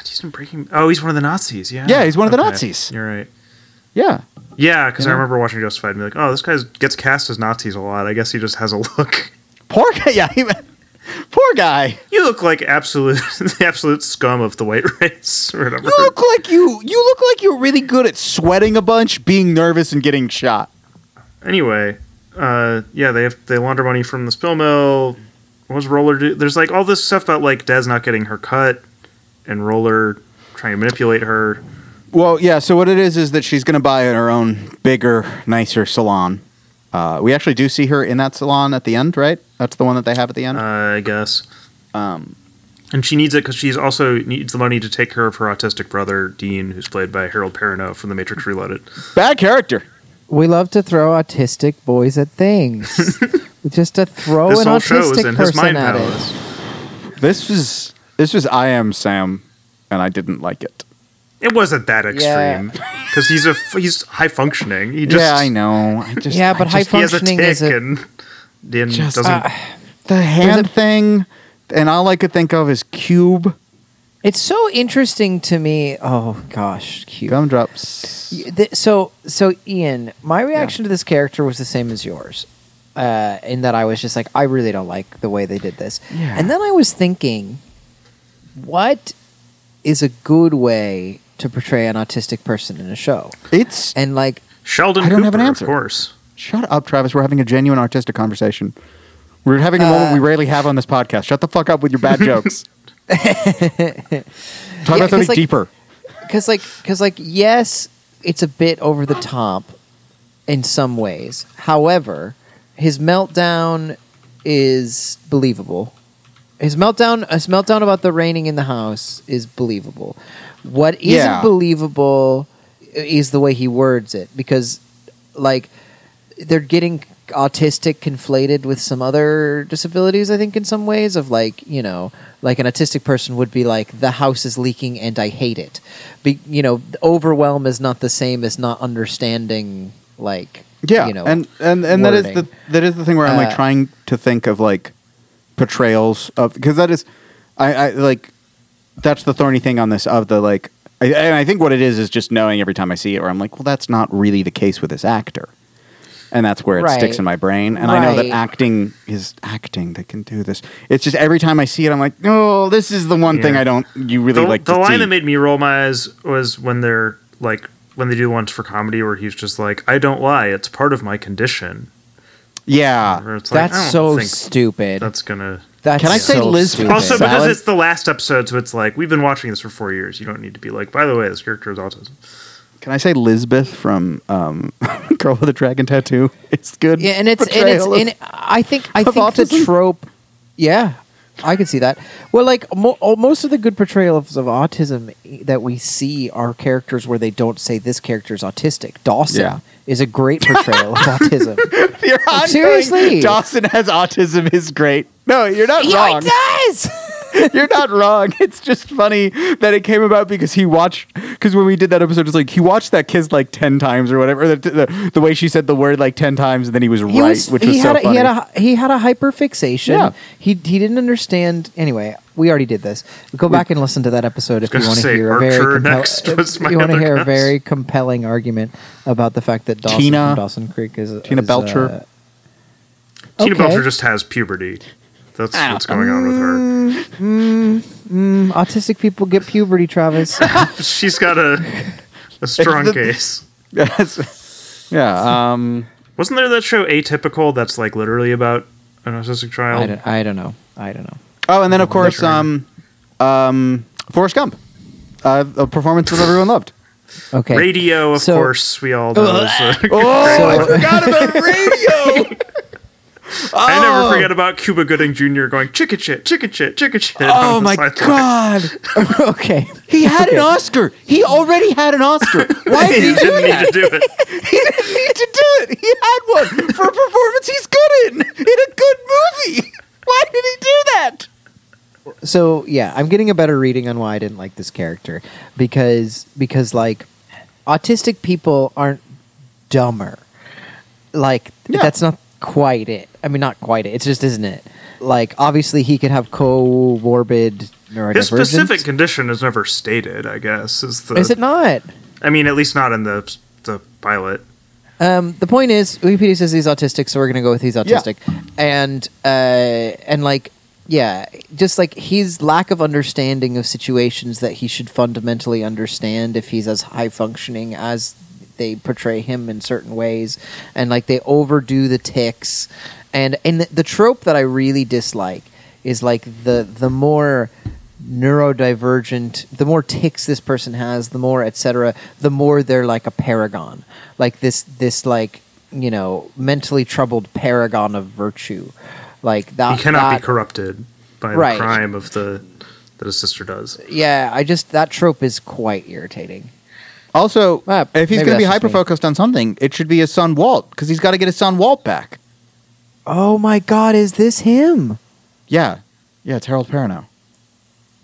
he's been breaking. Oh, he's one of the Nazis. Yeah. Yeah, he's one of the Nazis. You're right. yeah, Yeah, because You I know? remember watching Justified and be like, oh, this guy gets cast as Nazis a lot. I guess he just has a look. poor guy. Yeah, he, Poor guy. You look like absolute the absolute scum of the white race or whatever. You look like you you look like you're really good at sweating a bunch, being nervous, and getting shot. Anyway, uh, yeah, they have they launder money from the spill mill. What was Roller do? There's like all this stuff about like Des not getting her cut and Roller trying to manipulate her. Well, yeah. So what it is is that she's going to buy her own bigger, nicer salon. Uh, we actually do see her in that salon at the end, right? That's the one that they have at the end. Uh, I guess. um, And she needs it because she's also needs the money to take care of her autistic brother Dean, who's played by Harold Perrineau from The Matrix Reloaded. bad character. We love to throw autistic boys at things. Just to throw this an whole show is autistic in his person mind at it. palace. This was this was I am Sam, and I didn't like it. It wasn't that Yeah. extreme because he's a f- he's high functioning. He just yeah, I know. I just Yeah, I but just- high he has a functioning tick is a, and Dan Just- doesn't. uh, the hand thing, and all I could think of is cube It's so interesting to me. Oh gosh, cute. gumdrops. Y- th- So, so Ian, my reaction to this character was the same as yours, uh, in that I was just like, I really don't like the way they did this. Yeah. And then I was thinking, what is a good way to portray an autistic person in a show? It's And like, Sheldon I don't Cooper, have an answer. of course. shut up, Travis. We're having a genuine artistic conversation. We're having a moment we Uh, rarely have on this podcast. Shut the fuck up with your bad jokes. Talk Yeah, about something 'cause, like, deeper. because like, because like, yes, it's a bit over the top in some ways. However, his meltdown is believable. His meltdown, his meltdown about the raining in the house is believable. What isn't Yeah. believable is the way he words it because, like, they're getting autistic conflated with some other disabilities. I think in some ways of like you know, like an autistic person would be like the house is leaking and I hate it. Be, you know, overwhelm is not the same as not understanding. Like Yeah, you know, and and and that is the wording. that is the thing where I'm like Uh, trying to think of like portrayals of because that is, I, I like that's the thorny thing on this of the like, I, and I think what it is is just knowing every time I see it where I'm like, well, that's not really the case with this actor, and that's where it Right. sticks in my brain, and I know that Right. acting is acting that can do this. It's just every time I see it, I'm like, no, this is the one Yeah. thing I don't you really the like. the to line see. that made me roll my eyes was when they're like when they do ones for comedy where he's just like, "I don't lie; it's part of my condition." yeah, Ah, Where it's like, that's I don't so think stupid. That's gonna. That's Can I say so Liz stupid. Pulse- Also, Salad? because it's the last episode, so it's like we've been watching this for four years. You don't need to be like, by the way, this character is autism. can I say Lisbeth from um, Girl with a Dragon Tattoo? It's good. Yeah, and it's and it's portrayal of- and I think I of think the autism? trope. Yeah, I can see that. Well, like mo- oh, most of the good portrayals of autism that we see are characters where they don't say this character's autistic. Dawson Yeah. is a great portrayal of autism. You're on Seriously. Dawson has autism is great. No, you're not Yeah, wrong. it does. You're not wrong. It's just funny that it came about because he watched. Because when we did that episode, it's like he watched that kiss like ten times or whatever. The, the, the way she said the word like ten times, and then he was He right, was- which he was had so a, funny. He had a he had a hyperfixation. Yeah. He he didn't understand. Anyway, we already did this. Go back and listen to that episode if you gonna want to say hear a very Archer compel- next if was my you want to other hear a guess. very compelling argument about the fact that Dawson Tina- from Dawson Creek is Tina is, Belcher. uh, Okay. Tina Belcher just has puberty. That's what's going on with her. mm, autistic people get puberty, Travis. She's got a a strong the- case. Yes. yeah. Um. Wasn't there that show Atypical that's like literally about an autistic I child? don't. I don't know. I don't know. Oh, and then of course, sure. um, um, Forrest Gump, uh, a performance that everyone loved. Okay. Radio, of So- course, we all know. is, uh, Oh, So- I forgot about radio. I Oh. never forget about Cuba Gooding Jr. going chicken shit, chicken shit, chicken shit. on Oh the my sideline. god. okay. He had an Oscar. He already had an Oscar. Why He did he do didn't that? need to do it. He didn't need to do it. He had one for a performance he's good in in a good movie. Why did he do that? so yeah, I'm getting a better reading on why I didn't like this character because because like autistic people aren't dumber. Like Yeah. that's not quite it. I mean, not quite it. It just isn't it. Like obviously he could have comorbid neurodivergence. His specific condition is never stated. I guess is the. Is it not? I mean, at least not in the the pilot. Um, the point is, Wikipedia says he's autistic, so we're going to go with he's autistic, and uh, and like yeah, just like his lack of understanding of situations that he should fundamentally understand if he's as high functioning as they portray him in certain ways, and like they overdo the ticks, and and the, the trope that I really dislike is like the the more neurodivergent the more ticks this person has the more etc the more they're like a paragon like this this like you know mentally troubled paragon of virtue like that Uh, he cannot that- be corrupted by Right. the crime of the that his sister does. yeah i just that trope is quite irritating Also, Ah, if he's maybe going to be that's just hyper me. focused on something, it should be his son Walt because he's got to get his son Walt back. oh my god is this him Yeah, yeah, it's Harold Perrineau.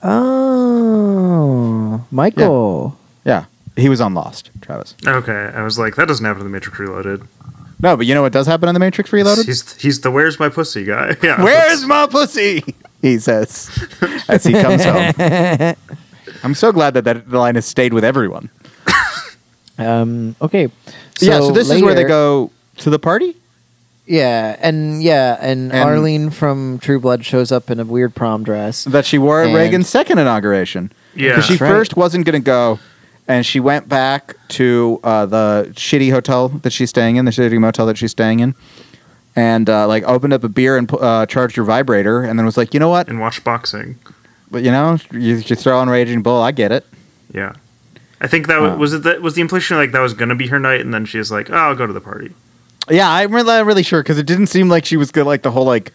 oh michael Yeah, he was on Lost, Travis. Okay, I was like, that doesn't happen in the Matrix Reloaded. No, but you know what does happen in the Matrix Reloaded? He's he's the where's my pussy guy. Yeah, Where's my pussy? He says as he comes home. I'm so glad that that line has stayed with everyone. um okay yeah, so this is where they later- go to the party. yeah and yeah and, And- arlene from true blood shows up in a weird prom dress that she wore at And- Reagan's second inauguration. Yeah. 'Cause she That's right. first wasn't going to go, and she went back to uh, the shitty hotel that she's staying in, the shitty motel that she's staying in, and uh, like opened up a beer and pu- uh, charged her vibrator, and then was like, you know what, and watch boxing. but you know, you, you throw on Raging Bull, I get it. Yeah, I think that wa- Wow. was it. That was the implication like that was gonna be her night, and then she's like, oh, I'll go to the party. Yeah, I'm really, not really sure because it didn't seem like she was good. Like the whole like,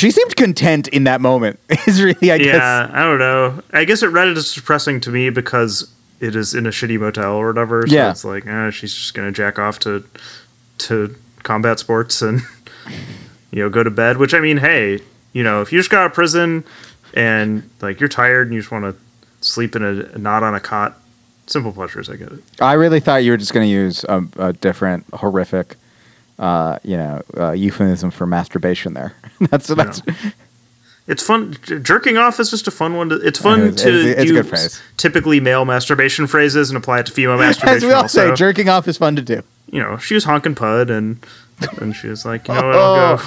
she seemed content in that moment. Is really, I yeah, guess. I don't know. I guess it read it as depressing to me because it is in a shitty motel or whatever. So Yeah. it's like, eh, she's just gonna jack off to to combat sports and you know go to bed. Which I mean, hey, you know, if you just got out of prison and like you're tired and you just want to sleep in a not on a cot, simple pleasures. I get it. I really thought you were just going to use a, a different horrific, uh, you know, uh, euphemism for masturbation. There, that's that's It's fun. j- Jerking off is just a fun one. To, it's I know, fun it's- to it's- it's a do good phrase. typically male masturbation phrases and apply it to female masturbation. as we all also. say, jerking off is fun to do. you know, she was honking Pud and and she was like, you know what, I'll go.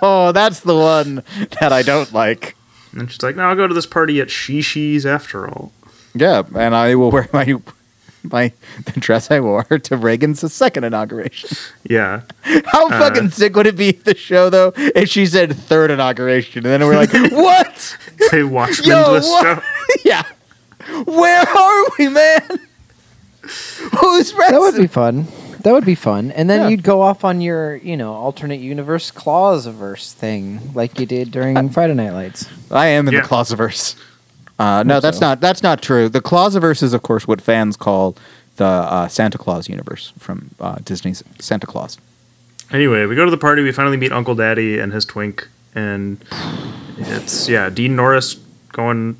Oh, that's the one that I don't like. And then she's like, no, I'll go to this party at Shishi's after all. Yeah, and I will wear my my the dress I wore to Reagan's second inauguration. Yeah. How fucking sick would it be if the show though if she said third inauguration and then we're like, what? They watched Yo, Mindless what? show. yeah, where are we, man? Who's that president? would be fun that would be fun and then Yeah. you'd go off on your you know alternate universe claws averse thing like you did during friday night lights I am in Yeah. the Clausiverse. Uh, no, that's so. not that's not true. The Clausiverse is, of course, what fans call the uh, Santa Claus universe from uh, Disney's Santa Claus. Anyway, we go to the party. We finally meet Uncle Daddy and his twink. And it's, yeah, Dean Norris going.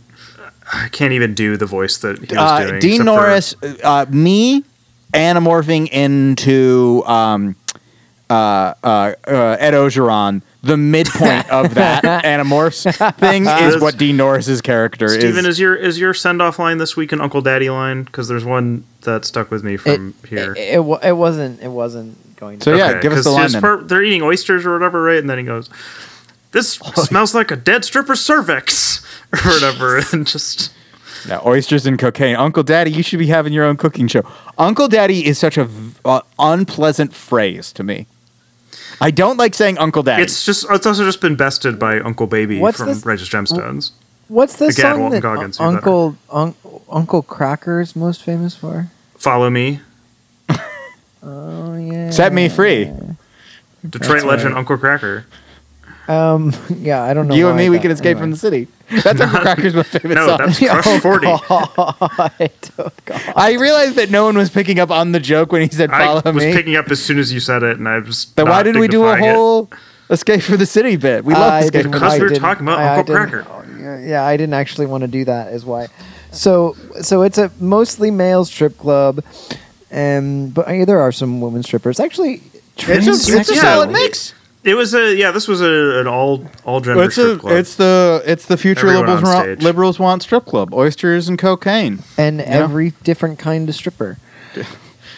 I can't even do the voice that he was Uh, doing. except Dean for- Norris, uh, me anamorphing into um, uh, uh, uh, Ed Ogeron. The midpoint of that anamorphs thing is what Dean Norris's character Steven, is. is your is your send off line this week an Uncle Daddy line? Because there's one that stuck with me from here. It, it, wa- it wasn't. It wasn't going. To So, yeah, give us 'cause the line his then. part- they're eating oysters or whatever, right? And then he goes, "This Oh, smells like a dead stripper's cervix or whatever," and just Now, oysters and cocaine. Uncle Daddy, you should be having your own cooking show. Uncle Daddy is such a v- uh, unpleasant phrase to me. I don't like saying Uncle Daddy. it's just it's also just been bested by Uncle Baby What's from this- Oh. Righteous Gemstones. What's the Again, song Walton that Goggins, Un- you're better. Uncle un- Uncle Cracker's most famous for? Follow me, Oh yeah. Set me free. Detroit legend Uncle Cracker. Um. Yeah, I don't know. You why and me, we that- can escape from the city. That's Uncle Cracker's most favorite No, song. that's Crush Forty. anyway. Oh, I don't- God. I realized that no one was picking up on the joke when he said I "follow was me." picking up as soon as you said it, and I was. then why not did we do a dignifying it. whole escape from the city bit? We love I escape. didn't- From the Because I city. we were didn't- talking about I- I Uncle didn't- Cracker. oh, Yeah, yeah, I didn't actually want to do that. Is why. So so it's a mostly male strip club, um, but uh, there are some women strippers. Actually, It's trans- a, it's a Yeah. solid mix. It was a yeah. This was a, an all all gender It's, strip club. a, it's the it's the future Everyone liberals on want, stage. liberals want strip club oysters and cocaine. and Yeah. every different kind of stripper.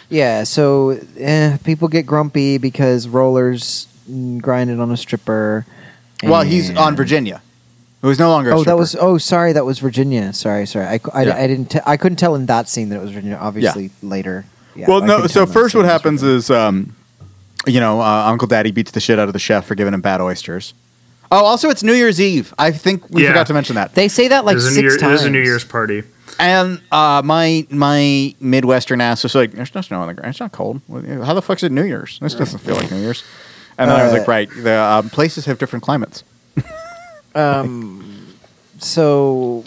yeah, so eh, people get grumpy because rollers mm, grinded on a stripper, Well, he's on And- Virginia. It was no longer. A Oh, stripper. that was. Oh, sorry, that was Virginia. Sorry, sorry. I, cou- I, Yeah. I didn't. T- I couldn't tell in that scene that it was Virginia. Obviously, later. Yeah, well, I no. could So tell in that first, scene what it was happens Virginia. is, um, you know, uh, Uncle Daddy beats the shit out of the chef for giving him bad oysters. Oh, also, it's New Year's Eve. I think we Yeah. forgot to mention that. they say that like There's a six New Year- times. There's a New Year's party. And uh, my my Midwestern ass was like, "There's no snow on the ground. It's not cold. How the fuck's it New Year's? This doesn't feel like New Year's." And then I was Uh, like, "Right, the um, places have different climates." Um, so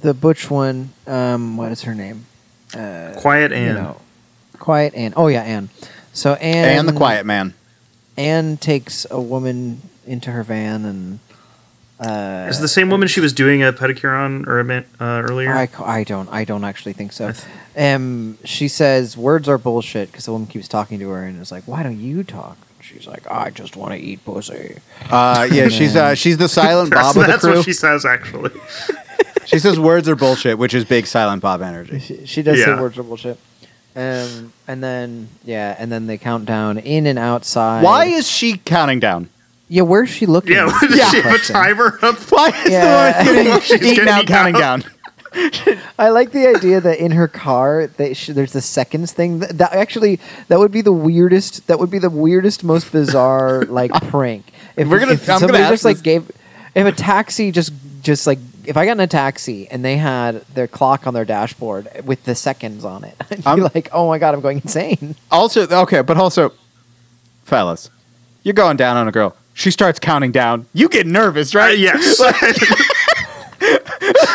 the butch one. Um, what is her name? Uh, Quiet and You know, quiet Anne. Oh yeah, Anne. So Anne And, the Quiet Man. Anne takes a woman into her van and. Uh, is it the same woman she was doing a pedicure on or a man, uh, earlier? I, c- I don't I don't actually think so. I th- Um, she says words are bullshit because the woman keeps talking to her and is like, "Why don't you talk?" She's like, "I just want to eat pussy." Uh, yeah, she's uh, she's the silent Bob of the that's crew. what she says actually. She says words are bullshit, which is big silent Bob energy. She, she does say Yeah. words are bullshit. Um, and then yeah, and then they count down in and outside. Why is she counting down? yeah? Where's she looking? Yeah, That's does the she have a question. timer up? Why is Yeah. the woman She's getting eaten getting out counting down? I like the idea that in her car, they sh- there's the seconds thing. Th- that actually, that would be the weirdest. That would be the weirdest, most bizarre like prank. If We're gonna- if I'm gonna somebody ask just like this- gave, if a taxi just just like if I got in a taxi and they had their clock on their dashboard with the seconds on it, I'd be I'm- like, oh my god, I'm going insane. Also, okay, but also, fellas, you're going down on a girl. She starts counting down. You get nervous, Uh, right? yes,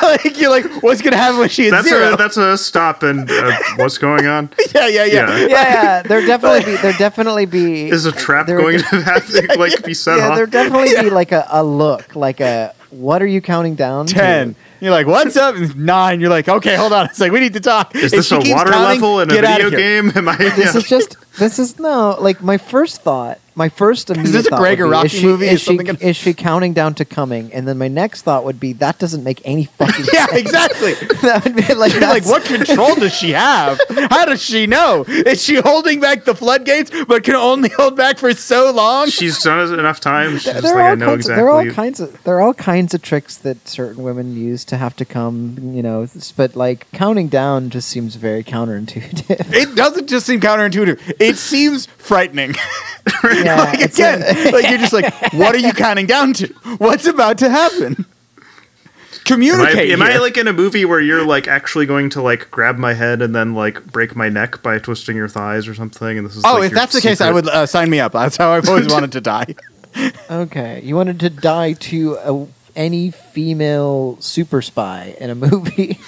like you're like, what's gonna happen when she is that's zero? a that's a stop and uh, what's going on? yeah, yeah, yeah, Yeah. Yeah, yeah, there definitely be there definitely be Is a trap there- going to have to like be set Yeah, off? there definitely be like a, a look, like a what are you counting down? to?" Ten. You're like, what's up? Nine. You're like, okay, hold on. It's like we need to talk. Is this a water level in a video game? Am I? This yeah. is just. This is no. Like my first thought. My first immediate this a thought Greg would be, Araki is she, movie? Is Is she, something gonna- is she counting down to coming? And then my next thought would be that doesn't make any fucking. Yeah, exactly. that would be like You're like, that's- what control does she have? How does she know? Is she holding back the floodgates, but can only hold back for so long? She's done it enough times. She's There just are, like, all I know kinds, there are all exactly. kinds of there are all kinds of tricks that certain women use to have to come, you know. s- But like counting down just seems very counterintuitive. It doesn't just seem counterintuitive. It seems frightening. yeah, like Uh, it's again, a- like you're just like, what are you counting down to? What's about to happen? Am I, Communicate. am I here. like in a movie where you're like actually going to like grab my head and then like break my neck by twisting your thighs or something? And this is oh, like, if your that's the case, I secret- would uh, sign me up. That's how I've always wanted to die. Okay, you wanted to die to a, any female super spy in a movie.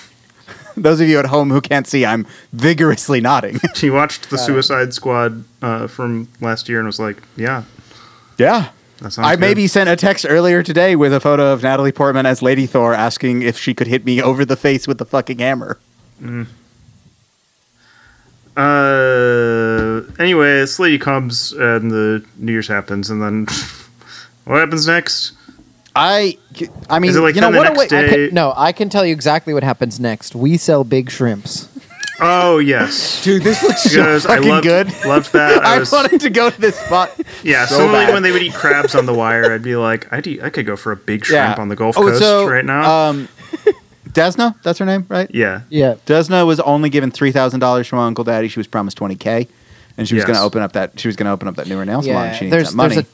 Those of you at home who can't see, I'm vigorously nodding. She watched the Suicide Squad uh, from last year and was like, "Yeah, yeah. that sounds." I good. maybe sent a text earlier today with a photo of Natalie Portman as Lady Thor asking if she could hit me over the face with the fucking hammer. Uh, anyway, this lady comes and the New Year's happens, and then what happens next? I, I mean, Is it like you know then what? the A next way, day? I can, no, I can tell you exactly what happens next. We sell big shrimps. Oh yes, dude, this looks She so goes, I fucking loved, good. Loved that. I, I was, wanted to go to this spot. yeah. so similarly, bad. when they would eat crabs on the wire, I'd be like, I'd eat, I could go for a big shrimp on the Gulf Oh, Coast so, right now. Um, Desna, that's her name, right? yeah, Yeah. Desna was only given three thousand dollars from Uncle Daddy. She was promised twenty k, and she was Yes. going to open up that she was going to open up that newer nail salon. yeah. She needs that money. a,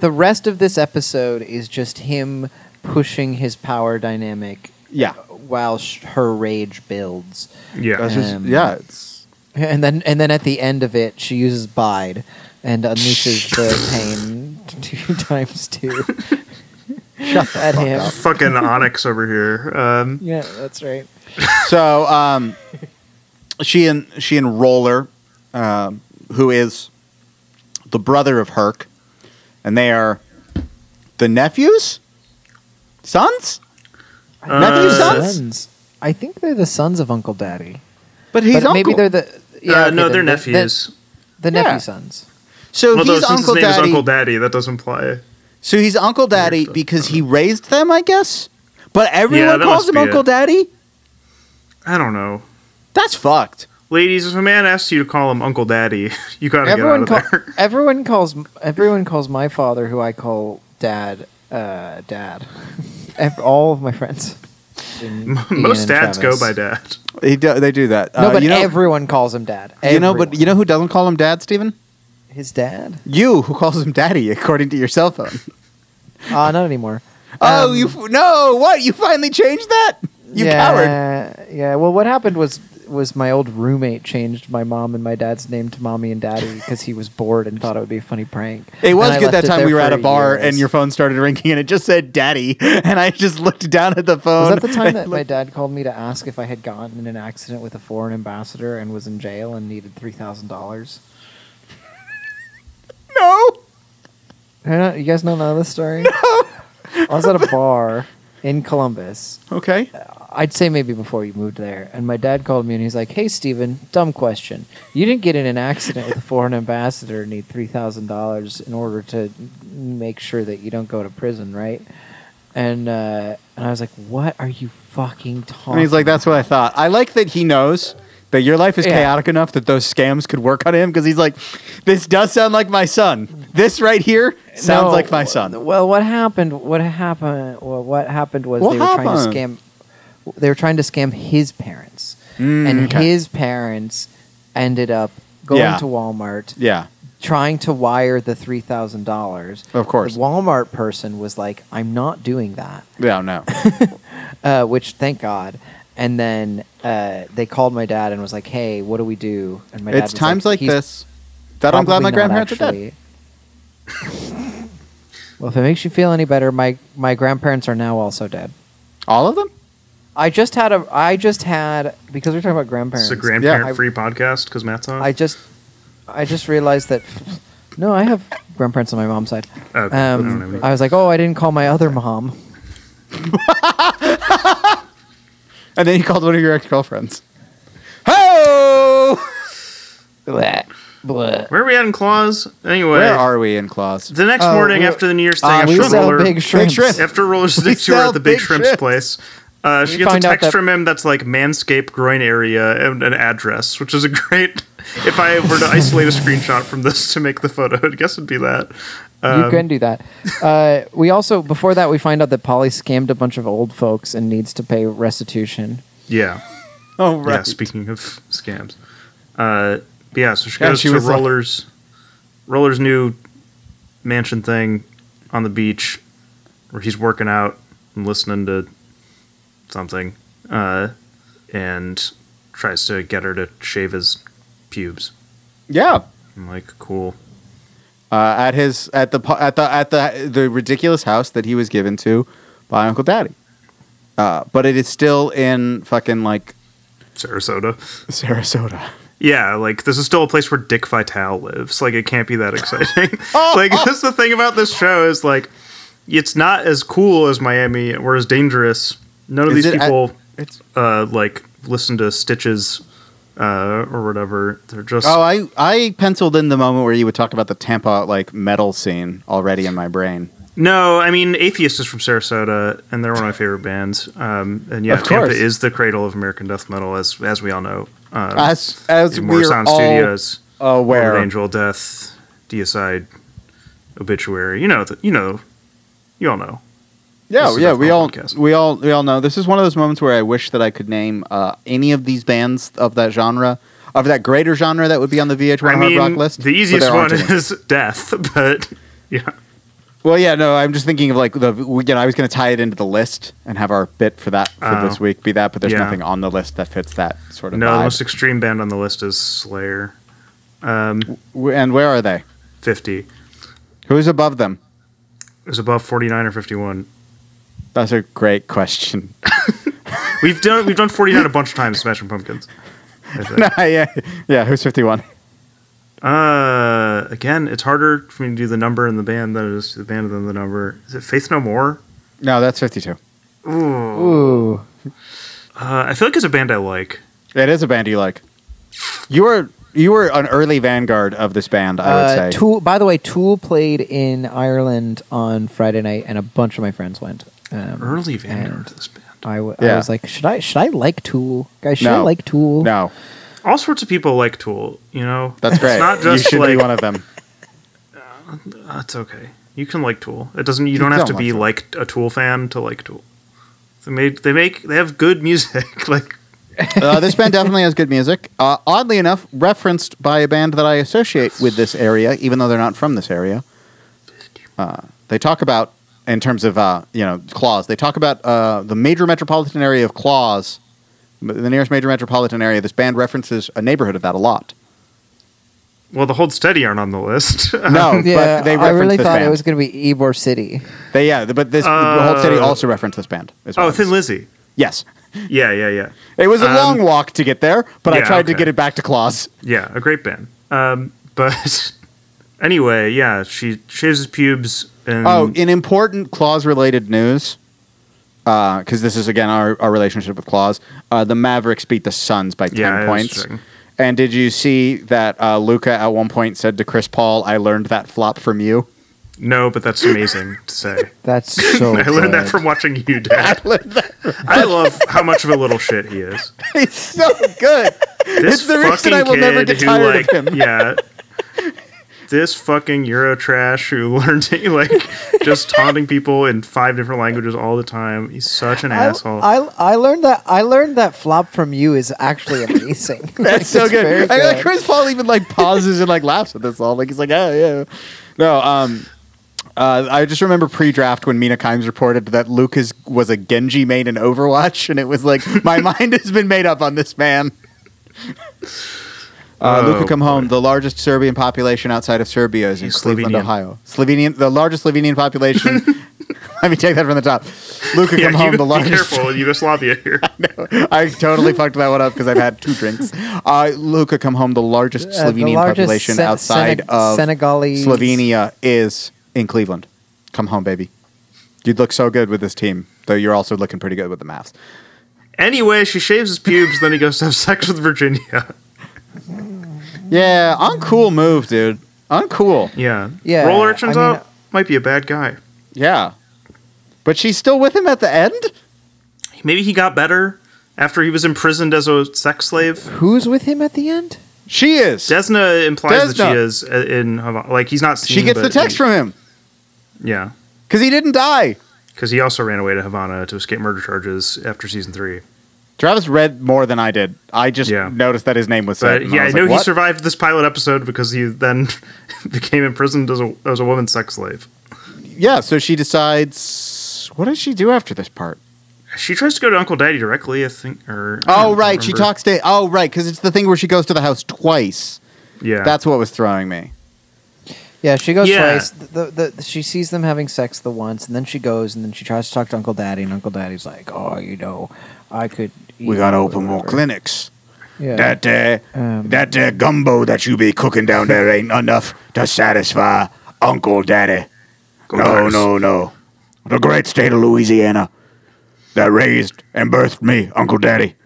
the rest of this episode is just him pushing his power dynamic yeah, while sh- her rage builds. yeah. That's just- Um, yeah. It's And then and then at the end of it, she uses bide and unleashes the pain two times two. Shut at him. Fucking Onyx over here. Um, Yeah, that's right. so. Um, she and she and Roller, um, who is the brother of Herc, and they are the nephews, sons. Nephew sons? I think they're the sons of Uncle Daddy. But he's but uncle. maybe they're the yeah, uh, okay, no, then the- they're nephews. The, the Yeah. nephew sons. so Although he's since Uncle his name Daddy. is Uncle Daddy, that does imply. So he's Uncle Daddy so- because he raised them, I guess. But everyone that calls must him be Uncle it. Daddy. I don't know. That's fucked. Ladies, if a man asks you to call him Uncle Daddy, you gotta Everyone, get out call, of there. everyone calls everyone calls my father, who I call Dad, uh, dad. Ev- All of my friends. in Ian Most and dads Travis. go by dad. He do, they do that. No, Uh, but you know, everyone calls him dad. you know, but Everyone. you know who doesn't call him dad, Steven? his dad? You, who calls him daddy, according to your cell phone. Uh, not anymore. oh, you f- no! What you finally changed that? You coward! yeah, Yeah. Well, what happened was was my old roommate changed my mom and my dad's name to mommy and daddy because he was bored and thought it would be a funny prank. It was And I good that left it time there we were for at a bar years. and your phone started ringing and it just said daddy, and I just looked down at the phone. Was that the time and that my looked- dad called me to ask if I had gotten in an accident with a foreign ambassador and was in jail and needed three thousand dollars? No! You guys don't know this story? I was at a bar in Columbus. Okay. I'd say maybe before you moved there. And my dad called me and he's like, Hey, Steven, dumb question. You didn't get in an accident with a foreign ambassador and need $3,000 in order to make sure that you don't go to prison, right? And, uh, and I was like, What are you fucking talking And he's like, that's what I thought. I like that he knows that your life is Yeah. chaotic enough that those scams could work on him because he's like, this does sound like my son. This right here sounds No, like my son. Well, what happened? What happened? Well, what happened was What they were trying to happened? scam. They were trying to scam his parents, Mm, and okay. his parents ended up going Yeah. to Walmart, Yeah. trying to wire the three thousand dollars. Of course. the Walmart person was like, "I'm not doing that," Yeah, no. uh, which thank God. And then uh, they called my dad and was like, "Hey, what do we do?" And my dad it's was times like, "He's this that I'm glad my grandparents are dead. dead. well, if it makes you feel any better, my my grandparents are now also dead. All of them? I just had a I just had because we're talking about grandparents. It's a grandparent Yeah. free podcast because Matt's on. I just I just realized that no, I have grandparents on my mom's side. Okay, I don't have Um, any. I was like, oh, I didn't call my other mom. And then he called one of your ex girlfriends. Oh! Bleh. Bleh. Where are we at in claws? Anyway, Where are we in claws? the next Oh, morning we're- after the New Year's thing, Uh, we after sell roller, big shrimps. shrimp. after roller sticks, you were sell at the big, big shrimps, shrimps. place. Uh, she We gets a find out text that- from him that's like manscape groin area and an address, which is a great. If I were to isolate a screenshot from this to make the photo, I guess it'd be that. you can do that. Uh, we also before that we find out that Polly scammed a bunch of old folks and needs to pay restitution. Yeah. oh, right. Yeah, speaking of scams. Uh, but yeah, so she Yeah, goes she to was like- Roller's Roller's new mansion thing on the beach where he's working out and listening to something uh, and tries to get her to shave his pubes. yeah. I'm like, cool. uh, at his at the pu- at the at the the ridiculous house that he was given to by Uncle Daddy. Uh, but it is still in fucking like Sarasota. Sarasota. Yeah, like this is still a place where Dick Vitale lives. Like it can't be that exciting. Oh. like that's the thing about this show is like it's not as cool as Miami or as dangerous. None of Is these it- I- people It's uh, like listen to Stitches uh, or whatever. They're just oh, I I penciled in the moment where you would talk about the Tampa like metal scene already in my brain. no. I mean, Atheist is from Sarasota, and they're one of my favorite bands. Um, and yeah, Of Tampa course. is the cradle of American death metal, as as we all know. Um, As as in we're Morrisound all Studios. Where? aware, Angel Death, Deicide, Obituary. You know, th- you know, you all know. This yeah, is yeah, a we fun all podcast. we all we all know. This is one of those moments where I wish that I could name uh, any of these bands of that genre, of that greater genre that would be on the VH1 I hard rock mean, list. the but easiest there aren't one any. is Death, but yeah, Well, yeah, no, I'm just thinking of like the again. I was going to tie it into the list and have our bit for that for Oh. this week be that, but there's Yeah. nothing on the list that fits that sort of. no, the vibe. most extreme band on the list is Slayer, W- and where are they? fifty. Who's above them? Is above forty nine or fifty one. That's a great question. We've done we've done forty nine a bunch of times. Smashing Pumpkins. I think. yeah, yeah. Who's 51? Uh, again, it's harder for me to do the number and the band than it is to the band than the number. Is it Faith No More? No, that's 52. Ooh. Uh, I feel like it's a band I like. It is a band you like. You were you were an early vanguard of this band, I would Uh, say. Tool. By the way, Tool played in Ireland on Friday night, and a bunch of my friends went. Um, Early Vanguard. And This band. I, w- I Yeah. was like, should I should I like Tool? Guys, should I No. like Tool? no, all sorts of people like Tool. You know, that's great. It's not just you should like be one of them. that's okay. You can like Tool. It doesn't. You, don't have don't to like be Tool. like a Tool fan to like Tool. They made. They make. They have good music. like uh, this band definitely has good music. Uh, oddly enough, referenced by a band that I associate with this area, even though they're not from this area. Uh, they talk about, in terms of uh, you know claws, they talk about uh, the major metropolitan area of claws, the nearest major metropolitan area. This band references a neighborhood of that a lot. well, the Hold Steady aren't on the list. No, yeah, but they I reference really this thought band. it was going to be Ybor City. They yeah, but this Uh, Holt City also referenced this band. is what oh, I'm Thin saying. Lizzy. Yes, Yeah, yeah, yeah, it was a Um, long walk to get there, but I yeah, tried to okay. get it back to claws. yeah. A great band. Um, but anyway, yeah. She shaves his pubes and Oh, in important claws related news, because this is again our, our relationship with claws. Uh, the Mavericks beat the Suns by ten Yeah, I was points. checking. And did you see that uh, Luca at one point said to Chris Paul, "I learned that flop from you." no, but that's amazing to say. That's so. I learned that good. from watching you, Dad. I, love how much of a little shit he is. He's so good. This It's the reason I will never get tired of him. Yeah. This fucking Eurotrash who learned to, like just taunting people in five different languages all the time. He's such an I, asshole. I, I learned that I learned that flop from you is actually amazing. That's so It's good. very I mean, like, good. Chris Paul even like pauses and like laughs at this all. Like he's like, oh yeah. No, um, uh, I just remember pre-draft when Mina Kimes reported that Lucas was a Genji main in Overwatch, and it was like my mind has been made up on this man. Uh, Oh, Luca come home. The largest Serbian population outside of Serbia is in He's Cleveland, Slovenian. Ohio. Slovenian, the largest Slovenian population. Let me take that from the top. Luca yeah, come home. you, The be largest. careful with Yugoslavia here. I totally fucked that one up because I've had two drinks. Uh, Luca come home. The largest Uh, the Slovenian largest population Sen- outside Seneg- of Senegalese Slovenia is in Cleveland. Come home, baby. You'd look so good with this team, though. You're also looking pretty good with the maths. Anyway, she shaves his pubes, then he goes to have sex with Virginia. Yeah, uncool move, dude. Uncool. Yeah. Yeah, Roller turns I mean- out might be a bad guy. Yeah, but she's still with him at the end. Maybe he got better after he was imprisoned as a sex slave. Who's with him at the end? She is. Desna implies that Desna. she is uh, in Havana. Like he's not. Seen, she gets the text from him from. Yeah, because he didn't die. because he also ran away to Havana to escape murder charges after season three. Travis read more than I did. I just Yeah. noticed that his name was said. But and yeah, I, was know like, he "What?" survived this pilot episode because he then became imprisoned as a as a woman sex slave. yeah, so she decides. What does she do after this part? She tries to go to Uncle Daddy directly, I think. Or I Oh, don't right. She remember. talks to. Oh, right. Because it's the thing where she goes to the house twice. Yeah, That's what was throwing me. Yeah, she goes Yeah. twice. The, the, the, she sees them having sex the once, and then she goes, and then she tries to talk to Uncle Daddy, and Uncle Daddy's like, "Oh, you know, I could." We gotta open more clinics. Yeah. That uh, Um, that uh, gumbo that you be cooking down there ain't enough to satisfy Uncle Daddy. Oh, No, Daddy's. no, no. The great state of Louisiana that raised and birthed me, Uncle Daddy,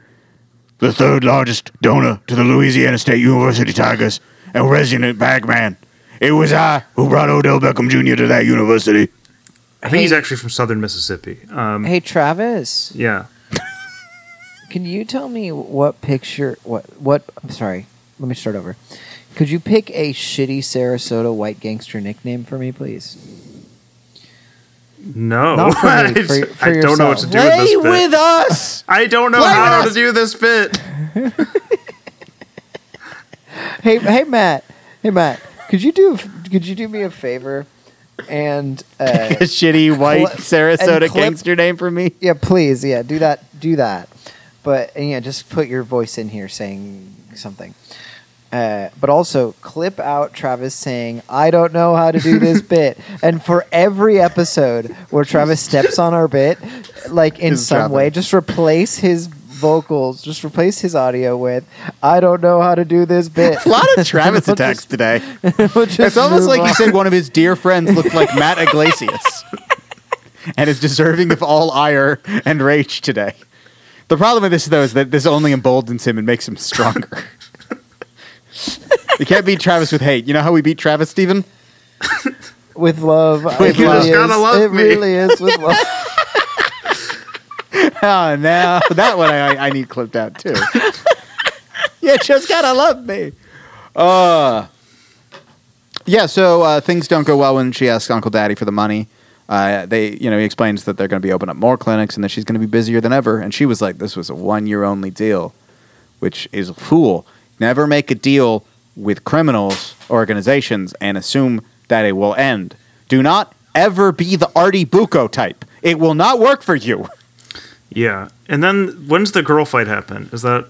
the third largest donor to the Louisiana State University Tigers and resident bagman. It was I who brought Odell Beckham Jr. to that university. I think he's actually from Southern Mississippi. Um, Hey, Travis, yeah, can you tell me what picture? What? What? I'm sorry. Let me start over. Could you pick a shitty Sarasota white gangster nickname for me, please? no, Not for I, me, for- for I don't know what to yourself. do with this Play bit. with us. I don't know Play with how us. to do this bit. Hey, hey, Matt. Hey, Matt. Could you do? Could you do me a favor? And uh, A shitty white Cl- Sarasota and clip- gangster name for me. Yeah, please. Yeah, do that. Do that. But and yeah, just put your voice in here saying something. Uh, but also clip out Travis saying, "I don't know how to do this bit," and for every episode where Travis steps on our bit, like in Just some drop it. way, just replace his vocals, just replace his audio with, "I don't know how to do this bit." A lot of Travis We'll attacks just- today. We'll just It's almost move like on. he said one of his dear friends looked like Matt Iglesias and is deserving of all ire and rage today. The problem with this, though, is that this only emboldens him and makes him stronger. you can't beat Travis with hate. You know how we beat Travis, Steven? with love. With love. it Really You just gotta is- love it me. really is with love. Oh, no. That one I, I need clipped out, too. you just gotta love me. Uh, yeah, so uh, things don't go well when she asks Uncle Daddy for the money. Uh, they, you know, he explains that they're going to be opening up more clinics and that she's going to be busier than ever. And she was like, "This was a one-year only deal," which is a fool. Never make a deal with criminals organizations and assume that it will end. Do not ever be the Artie Bucco type. It will not work for you. Yeah, and then when's the girl fight happen? Is that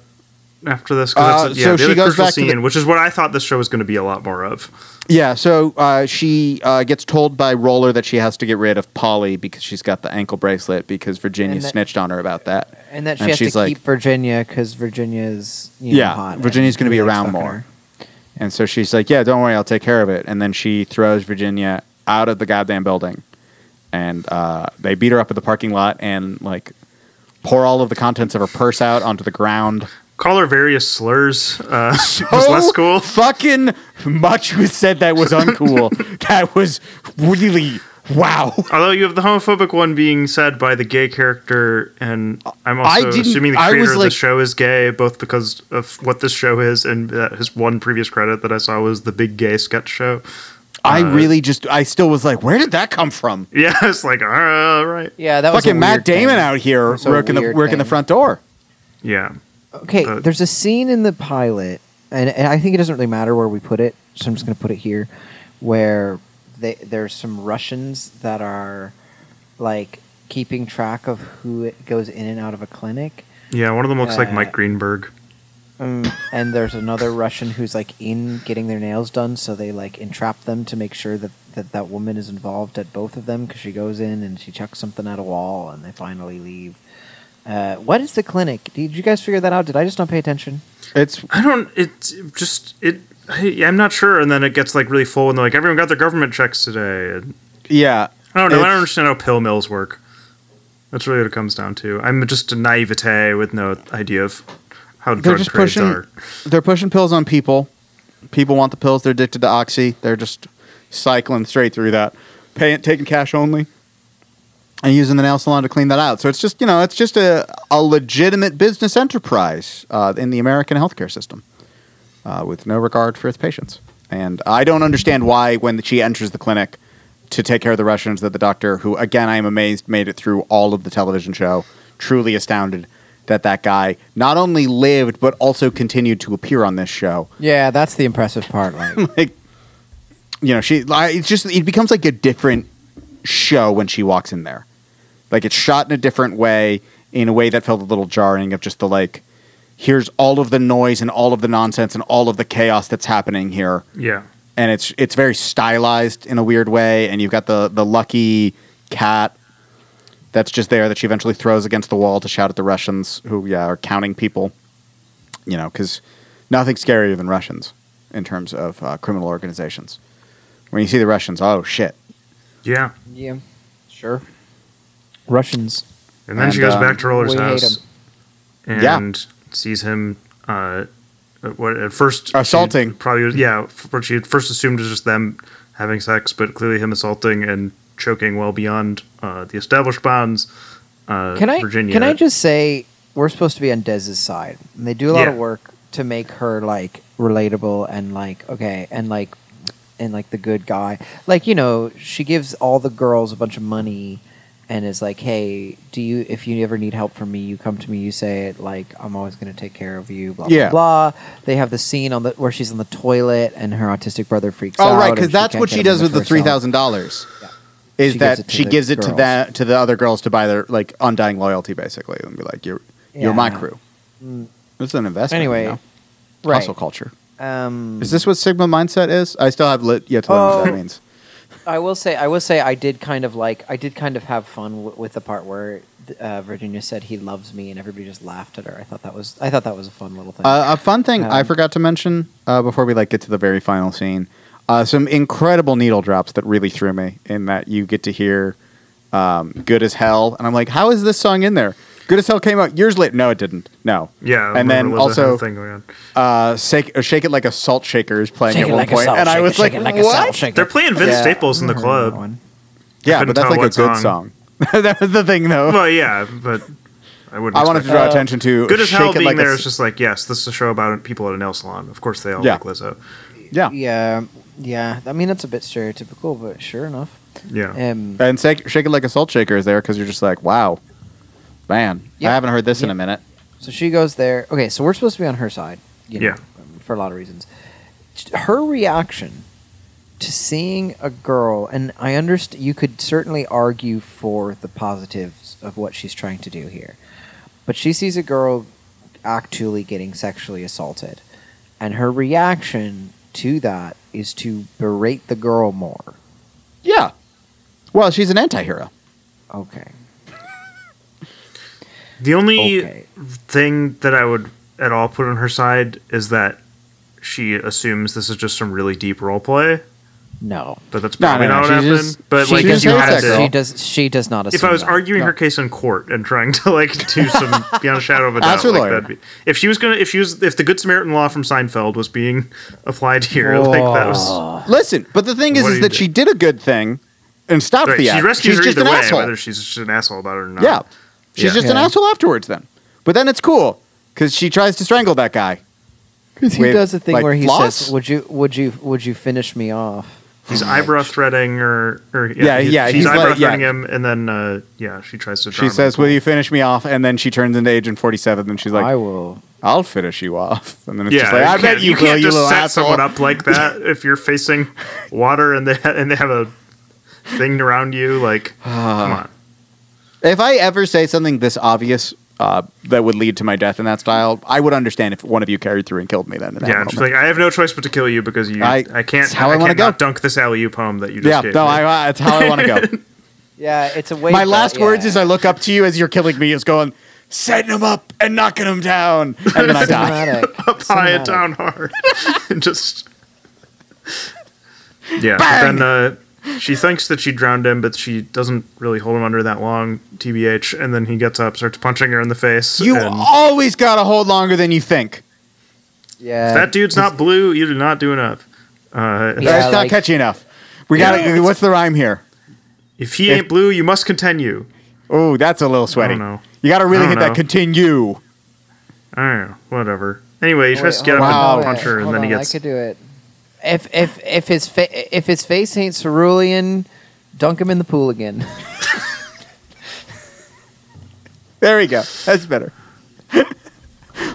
after this? Uh, 'Cause that's- so the she other goes crucial back to the- scene, which is what I thought this show was going to be a lot more of. Yeah, so uh, she uh, gets told by Roller that she has to get rid of Polly because she's got the ankle bracelet because Virginia And that- snitched on her about that. and that she And has to she's like- keep Virginia because Virginia's you know, Yeah, hot Virginia's gonna be Really around fucking more. her. And so she's like, "Yeah, don't worry, I'll take care of it." And then she throws Virginia out of the goddamn building, and uh, they beat her up at the parking lot and like pour all of the contents of her purse out onto the ground. Call her various slurs. Uh, was So less cool. Fucking much was said that was uncool. that was really wow. Although you have the homophobic one being said by the gay character, and I'm I also didn't- assuming the I was creator of the like- show is gay, both because of what this show is and that his one previous credit that I saw was the big gay sketch show. I really just, I still was like, where did that come from? Yeah, it's like all right. Yeah, that was a Fucking Matt weird Damon thing. out here That's a working the weird working the thing. front door. Yeah, Okay, Uh, there's a scene in the pilot, and, and I think it doesn't really matter where we put it, so I'm just going to put it here, where they, there's some Russians that are like keeping track of who it goes in and out of a clinic, yeah. One of them looks like Uh, Mike Greenberg. um, and there's another Russian who's like in getting their nails done, so they like entrap them to make sure that that, that woman is involved at both of them because she goes in and she chucks something at a wall, and they finally leave. Uh, what is the clinic? Did you guys figure that out? Did I just not pay attention? It's I don't. It's just it. I, I'm not sure. And then it gets like really full, and they're like, everyone got their government checks today. And yeah, I don't know. I It's- don't understand how pill mills work. That's really what it comes down to. I'm just a naivete with no idea of how they're drug just trades pushing are. they're pushing pills on people. People want the pills. They're addicted to oxy. They're just cycling straight through that, paying taking cash only, and using the nail salon to clean that out. So it's just you know it's just a a legitimate business enterprise uh, in the American healthcare system, uh, with no regard for its patients. And I don't understand why when she enters the clinic to take care of the Russians, that the doctor, who again I am amazed made it through all of the television show, truly astounded that that guy not only lived but also continued to appear on this show. Yeah, that's the impressive part. Like, Like, you know, she I- it's just it becomes like a different show when she walks in there. Like it's shot in a different way, in a way that felt a little jarring of just the like here's all of the noise and all of the nonsense and all of the chaos that's happening here Yeah. and it's it's very stylized in a weird way. And you've got the the lucky cat that's just there that she eventually throws against the wall to shout at the Russians who yeah are counting people. You know, because nothing's scarier than Russians in terms of uh, criminal organizations. When you see the Russians, oh shit! Yeah. Yeah, sure. Russians. And then she And, goes um, back to Roller's we hate house Yeah. and sees him. Uh, at what at first she Assaulting. probably was- yeah. f- What she had first assumed was just them having sex, but clearly him assaulting and choking well beyond uh, the established bounds. Uh, Can I Virginia. can I just say we're supposed to be on Dez's side, and they do a lot of Yeah. work to make her like relatable and like okay and like and like the good guy. Like you know, she gives all the girls a bunch of money and is like, "Hey, do you if you ever need help from me, you come to me, you say it. Like I'm always going to take care of you." Blah Yeah. blah blah. They have the scene on the where she's on the toilet and her autistic brother freaks out. oh right, and because that's can't what get she him does in with the for three herself. thousand dollars. Is She gives that it to she the gives it to girls. that to the other girls to buy their like undying loyalty basically and be like you're you're my Yeah. crew. Mm. It's an investment Anyway, you know? right. hustle culture. Um, Is this what Sigma mindset is? I still have lit yet to learn what that Oh. means. I will say, I will say, I did kind of like, I did kind of have fun w- with the part where uh, Virginia said he loves me, and everybody just laughed at her. I thought that was, I thought that was a fun little thing. Uh, a fun thing I Um, forgot to mention uh, before we like get to the very final scene, uh, some incredible needle drops that really threw me. In that you get to hear um, "Good as Hell," and I'm like, "How is this song in there?" "Good as Hell" came out years later. No, it didn't. No. Yeah. And there then was a whole also thing going on. uh, shake, uh, "Shake It Like a Salt Shaker" is playing Shake at it one like a point, salt and I shaker, was shake like, it like a salt "What?" shaker. They're playing Vince Yeah. Mm-hmm. Staples in the club. yeah, couldn't but that's tell like a what good song. song. that was the thing, though. Well, yeah, but I wouldn't. I wanted to expect draw attention to uh, Good as "Shake hell It being Like a there S- is just like yes, this is a show about people at a nail salon. Of course, they all Yeah. like Lizzo. yeah. Yeah, Yeah, I mean that's a bit stereotypical, but sure enough. Yeah. Um, And shake, shake it like a salt shaker is there because you're just like, wow, man, Yeah. I haven't heard this in Yeah. a minute. so she goes there. Okay, so we're supposed to be on her side. You know, Yeah. um, For a lot of reasons, her reaction to seeing a girl, and I understand you could certainly argue for the positives of what she's trying to do here, but she sees a girl actually getting sexually assaulted, and her reaction to that is to berate the girl more. Yeah. Well, she's an anti-hero. Okay. The only Okay. thing that I would at all put on her side is that she assumes this is just some really deep role play, No. but that's No, probably no, not no, what she's happened. just- but she like, just if you hates had that girl. she to, does. She does not. if assume I was that. arguing No. her case in court and trying to like do some beyond a shadow of a doubt, Ask her like, lawyer. that'd be, if she was gonna, if she was, if the Good Samaritan law from Seinfeld was being applied here, like that Oh. was Listen, but the thing is, What is do that you do? she did a good thing and stopped right. the She act. rescues she's her just either an way, asshole. whether she's just an asshole about it or not. yeah. She's Yeah. just an Yeah. asshole afterwards then. But then it's cool because she tries to strangle that guy. Because he With, does a thing like, where he floss? says, "Would you, would you, would you finish me off?" He's eyebrow threading or, or Yeah, he- yeah, she's he's like- eyebrow threading yeah. him, and then uh, yeah, she tries to. drown She him. says, "Will you finish me off?" And then she turns into Agent Forty Seven, and she's I like, will. "I'll finish you off." And then it's just like, "I can't- bet you, will, can't you just little set asshole." someone up like that if you're facing water and they ha- and they have a thing around you. Like, Ah, come on, If I ever say something this obvious uh, that would lead to my death in that style, I would understand if one of you carried through and killed me. Then, in that yeah. Just moment. like I have no choice but to kill you because you. I, I- can't. it's how I I, wanna can't go. not dunk this alley oop home that you just yeah, gave no, me. I, I- that's how I want to go. Yeah, it's a way. uh, my last words as I look up to you as you're killing me is going, setting him up and knocking him down, and then I die. Cinematic. pie it Cinematic. down hard. and just yeah. but Then uh, she thinks that she drowned him, but she doesn't really hold him under that long, tbh. And then he gets up, starts punching her in the face. You and always got to hold longer than you think. Yeah. if that dude's not blue. You did not do enough. Uh, Yeah, That's not like- catchy enough. We Yeah. got to. What's the rhyme here? If he ain't blue, you must continue. Oh, that's a little sweaty. I don't know. You got to I really don't hit know. that continue. I don't know. Whatever. Anyway, he Wait, tries to get hold up on, and wait, punch her, and hold then he on, gets. I could do it. If if if his fa- if his face ain't cerulean, dunk him in the pool again. There we go. That's better.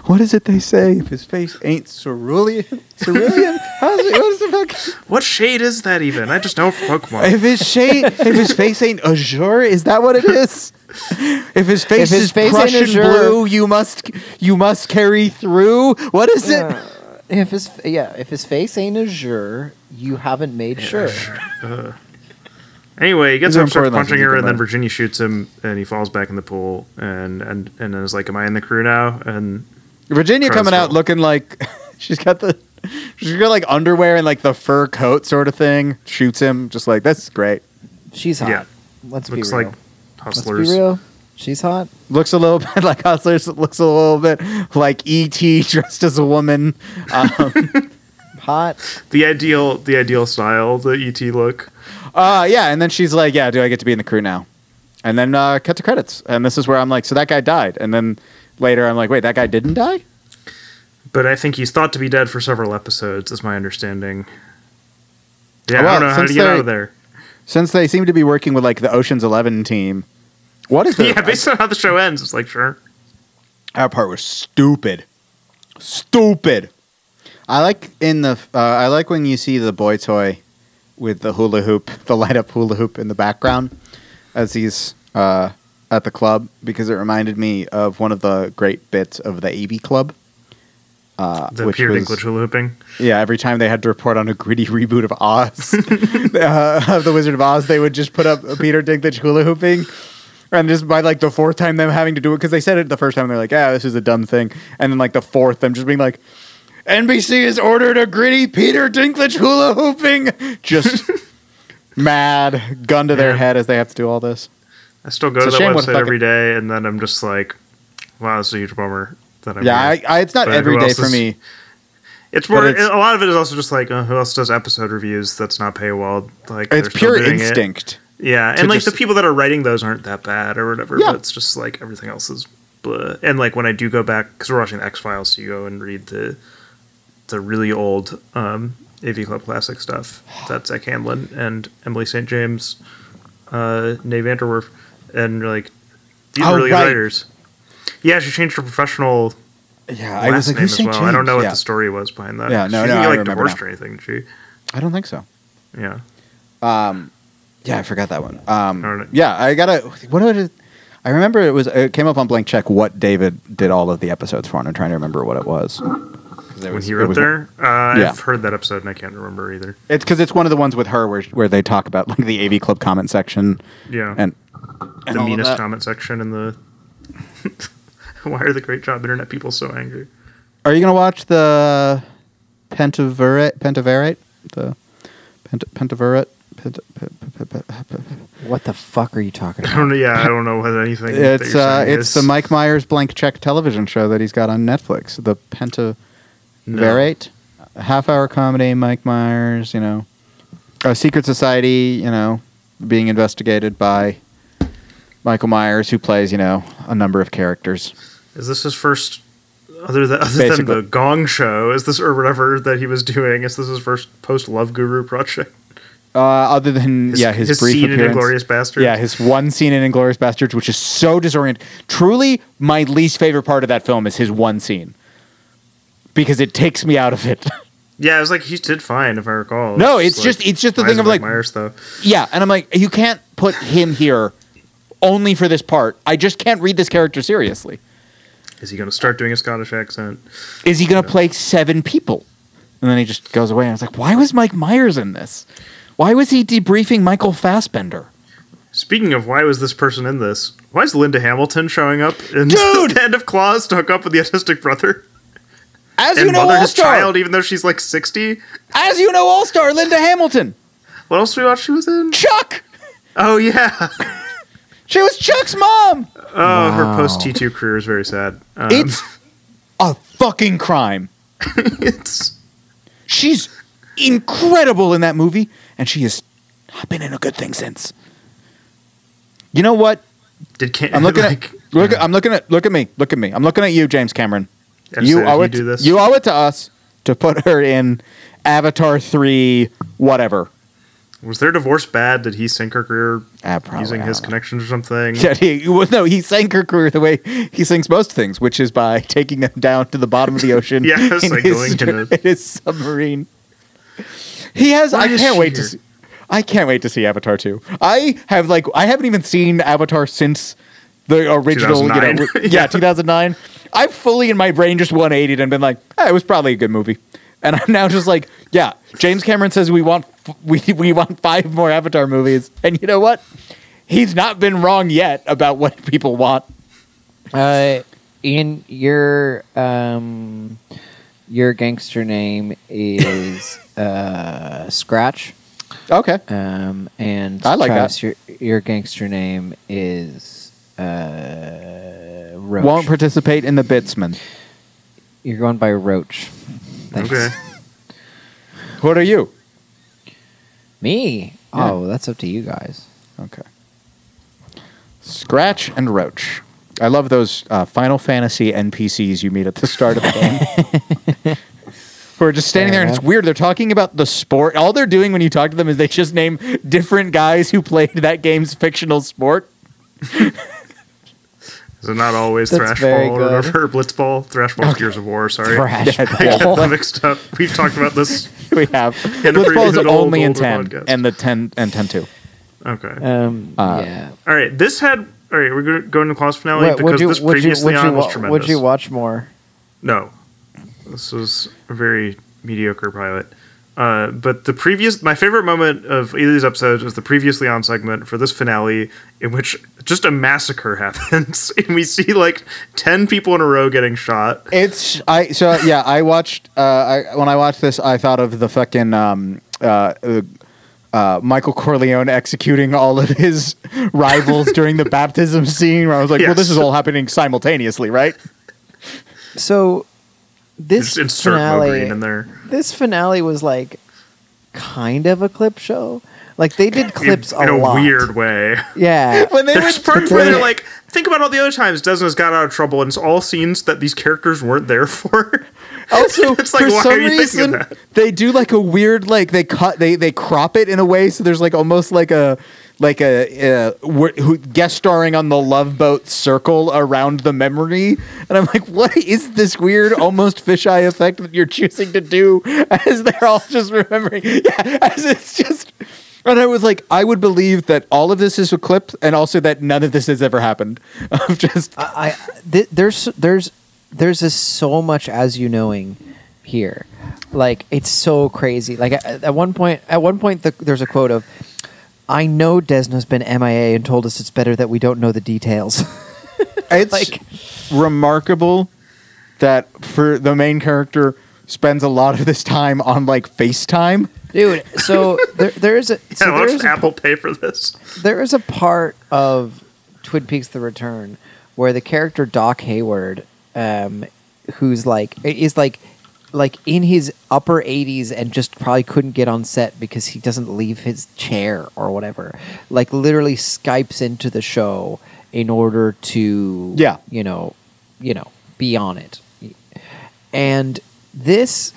what is it they say? If his face ain't cerulean, cerulean. How's it, what is the fuck? What shade is that even? I just know from Pokemon. If his shade, if his face ain't azure, is that what it is? If his face his is face ain't Prussian azure- blue, you must you must carry through. What is it? Yeah. if his yeah, if his face ain't azure, you haven't made sure. Anyway, he gets These are up, starts important lessons punching you her, can and then learn. Virginia shoots him, and he falls back in the pool, and and and is like, "Am I in the crew now?" And Virginia Crossbow. coming out looking like she's got the she's got like underwear and like the fur coat sort of thing. Shoots him just like that's great. She's hot. Yeah. Let's looks be real. like Let's hustlers. be real. She's hot. Looks a little bit like Hustlers. Looks a little bit like E.T. dressed as a woman. Um, Hot. The ideal, the ideal style, the ET look. uh, yeah, and then she's like, "Yeah, do I get to be in the crew now?" And then uh, cut to credits. And this is where I'm like, "So that guy died." And then later, I'm like, "Wait, that guy didn't die." But I think he's thought to be dead for several episodes. Is my understanding. Yeah, I Well, don't know how Oh, since to get they're- out of there. Since they seem to be working with like the Ocean's Eleven team. What is Yeah, that? based on how the show ends, it's like sure. That part was stupid. Stupid. I like in the uh, I like when you see the boy toy with the hula hoop, the light up hula hoop in the background as he's uh, at the club because it reminded me of one of the great bits of the AV Club. Uh, The period in glitch looping. yeah, every time they had to report on a gritty reboot of Oz, uh, of The Wizard of Oz, they would just put up Peter Dinklage hula hooping. And just by like the fourth time them having to do it, because they said it the first time, they're like, yeah, this is a dumb thing. And then like the fourth, them just being like, NBC has ordered a gritty Peter Dinklage hula hooping. Just mad, gun to their Yeah. head as they have to do all this. I still go It's to a that shame what website fucking- every day, and then I'm just like, wow, that's a huge bummer. That I'm yeah, here. I, I, it's not But who every day else for is- me. It's more. But it's- a lot of it is also just like uh, who else does episode reviews that's not paywalled. Like they're It's still pure doing it. instinct. Yeah, to and like the just- people that are writing those aren't that bad or whatever. Yeah. But it's just like everything else is. Blah. And like when I do go back because we're watching X Files, so you go and read the the really old um, AV Club Classic stuff. That's Zach Hamlin and Emily St. James, uh, Nate Vanderwerf, and like these Oh, are really good right. writers. Yeah, she changed her professional Yeah, last I was like, name who's as St. well. I don't know what yeah. the story was behind that. Yeah, no, no, she didn't I get, like remember divorced now. or anything. Did I don't think so. she, yeah. Yeah, I forgot that one. Um, All right. Yeah, I gotta. What was it? I remember it was. It came up on blank check what David did all of the episodes for, and I'm trying to remember what it was. 'Cause it When was- he it wrote was- there, uh, Yeah. I've heard that episode and I can't remember either. It's because it's one of the ones with her where where they talk about like the AV Club comment section. Yeah. and the all of meanest that. comment section in the. Why are the great job internet people so angry? are you gonna watch the Pentaverate? Pentaverate? The Pent- Pentaverate? Pent- pe- pe- pe- pe- pe- What the fuck are you talking I don't know. Yeah, I don't know what anything. that It's you're uh, saying it's is. the Mike Myers blank check television show that he's got on Netflix. The Penta. No. Verate, half hour comedy, Mike Myers, you know, uh, Secret Society, you know, being investigated by Michael Myers, who plays, you know, a number of characters. Is this his first? Other than other than Basically. the Gong Show, is this or whatever that he was doing? Is this his first post Love Guru project? Uh, other than yeah, his, brief scene in appearance. Inglorious Bastard. yeah, his one scene in Inglorious Bastards, which is so disorienting. Truly, my least favorite part of that film is his one scene because it takes me out of it. yeah. It was like he did fine, if I recall. No, it's just- it's just the why thing is of, Mike like- Myers though. Yeah, and I'm like, you can't put him here only for this part. I just can't read this character seriously. Is he going to start doing a Scottish accent? Is he going to play seven people? And then he just goes away. And I was like, why was Mike Myers in this? Why was he debriefing Michael Fassbender? Speaking of why was this person in this? Why is Linda Hamilton showing up in Dude! the end of Claws to hook up with the autistic brother As and you know, mother All his Star. child, even though she's like sixty? As you know, All Star Linda Hamilton. What else we watch? She was in. Chuck. Oh yeah. She was Chuck's mom. Oh, her post T two career is very sad. Um, It's a fucking crime. it's She's incredible in that movie, and she has not been in a good thing since. You know what? did can I'm looking like, at look. I'm looking at look at me. Look at me. I'm looking at you, James Cameron. I've You said owe you it. do this. You owe it to us to put her in Avatar three, whatever. was their divorce bad? Did he sink her career Ah, probably, using I his don't connections or something? know. Yeah, he, well, no, he sank her career the way he sinks most things, which is by taking them down to the bottom of the ocean. Yeah, it's in like his, going to the- in his submarine. He has. Why I is can't she wait here? to. See, I can't wait to see Avatar two. I have like I haven't even seen Avatar since the original. You know, 2009. w- yeah, two thousand nine. I've fully in my brain just one eighty and been like, "Ah, it was probably a good movie, and I'm now just like, yeah. James Cameron says we want f- we we want five more Avatar movies, and you know what? He's not been wrong yet about what people want. Uh, Ian, your um, your gangster name is uh, Scratch, Okay, um, and I like Travis, that. Your, your gangster name is uh, Roach. won't participate in the Bitsman. You're going by Roach. Thanks. Okay. What are you? Me? Yeah. Oh, that's up to you guys. Okay. Scratch and Roach. I love those uh, Final Fantasy NPCs you meet at the start of the game. Who are just standing Fair there, and it's enough. weird. They're talking about the sport. All they're doing when you talk to them is they just name different guys who played that game's fictional sport. Is it not always That's very Thrashball or good. whatever? Blitzball? Thrashball's Gears of War, sorry. Thrash. I got them mixed up. We've talked about this. We have And Blitz for Ball is an old, only in older ten podcast. and the ten and ten two. Okay. Um, Uh, yeah. All right. This had. All right. We're go- going to Claws finale What- because this previously on was wa- tremendous. would you watch more? No. This was a very mediocre pilot. Uh, but the previous, my favorite moment of either of these episodes is the previously on segment for this finale, in which just a massacre happens, and we see like ten people in a row getting shot. It's I so yeah. I watched uh, I, when I watched this. I thought of the fucking um, uh, uh, uh, Michael Corleone executing all of his rivals during the baptism scene. Where I was like, well, this is Yes. all happening simultaneously, right? So this Just insert Mo finale, Green in there. this finale was like kind of a clip show. Like they did In- clips in, a, a lot. weird way. Yeah. When they There's were- parts where they're like, think about all the other times Desmond's got out of trouble, and it's all scenes that these characters weren't there for. Also, It's like, for why are some you thinking of reason, that? they do like a weird like they cut they they crop it in a way so there's like almost like a like a uh, wh- who guest starring on the Love Boat circle around the memory, and I'm like, what is this weird almost fisheye effect that you're choosing to do as they're all just remembering? Yeah, as it's just. And I was like, I would believe that all of this is a clip, and also that none of this has ever happened. Of just I th- there's there's there's just so much as you knowing here. Like it's so crazy. Like at, at one point, at one point, the, there's a quote of, "I know Desna's been MIA and told us it's better that we don't know the details." It's Like- remarkable that for the main character spends a lot of this time on like FaceTime. Dude, so there, there is a so how there, much is did a, Apple pay for this? there is a part of Twin Peaks: The Return where the character Doc Hayward, um, who's like is like like in his upper 80s and just probably couldn't get on set because he doesn't leave his chair or whatever. Like literally skypes into the show in order to Yeah. you know, you know, be on it. And this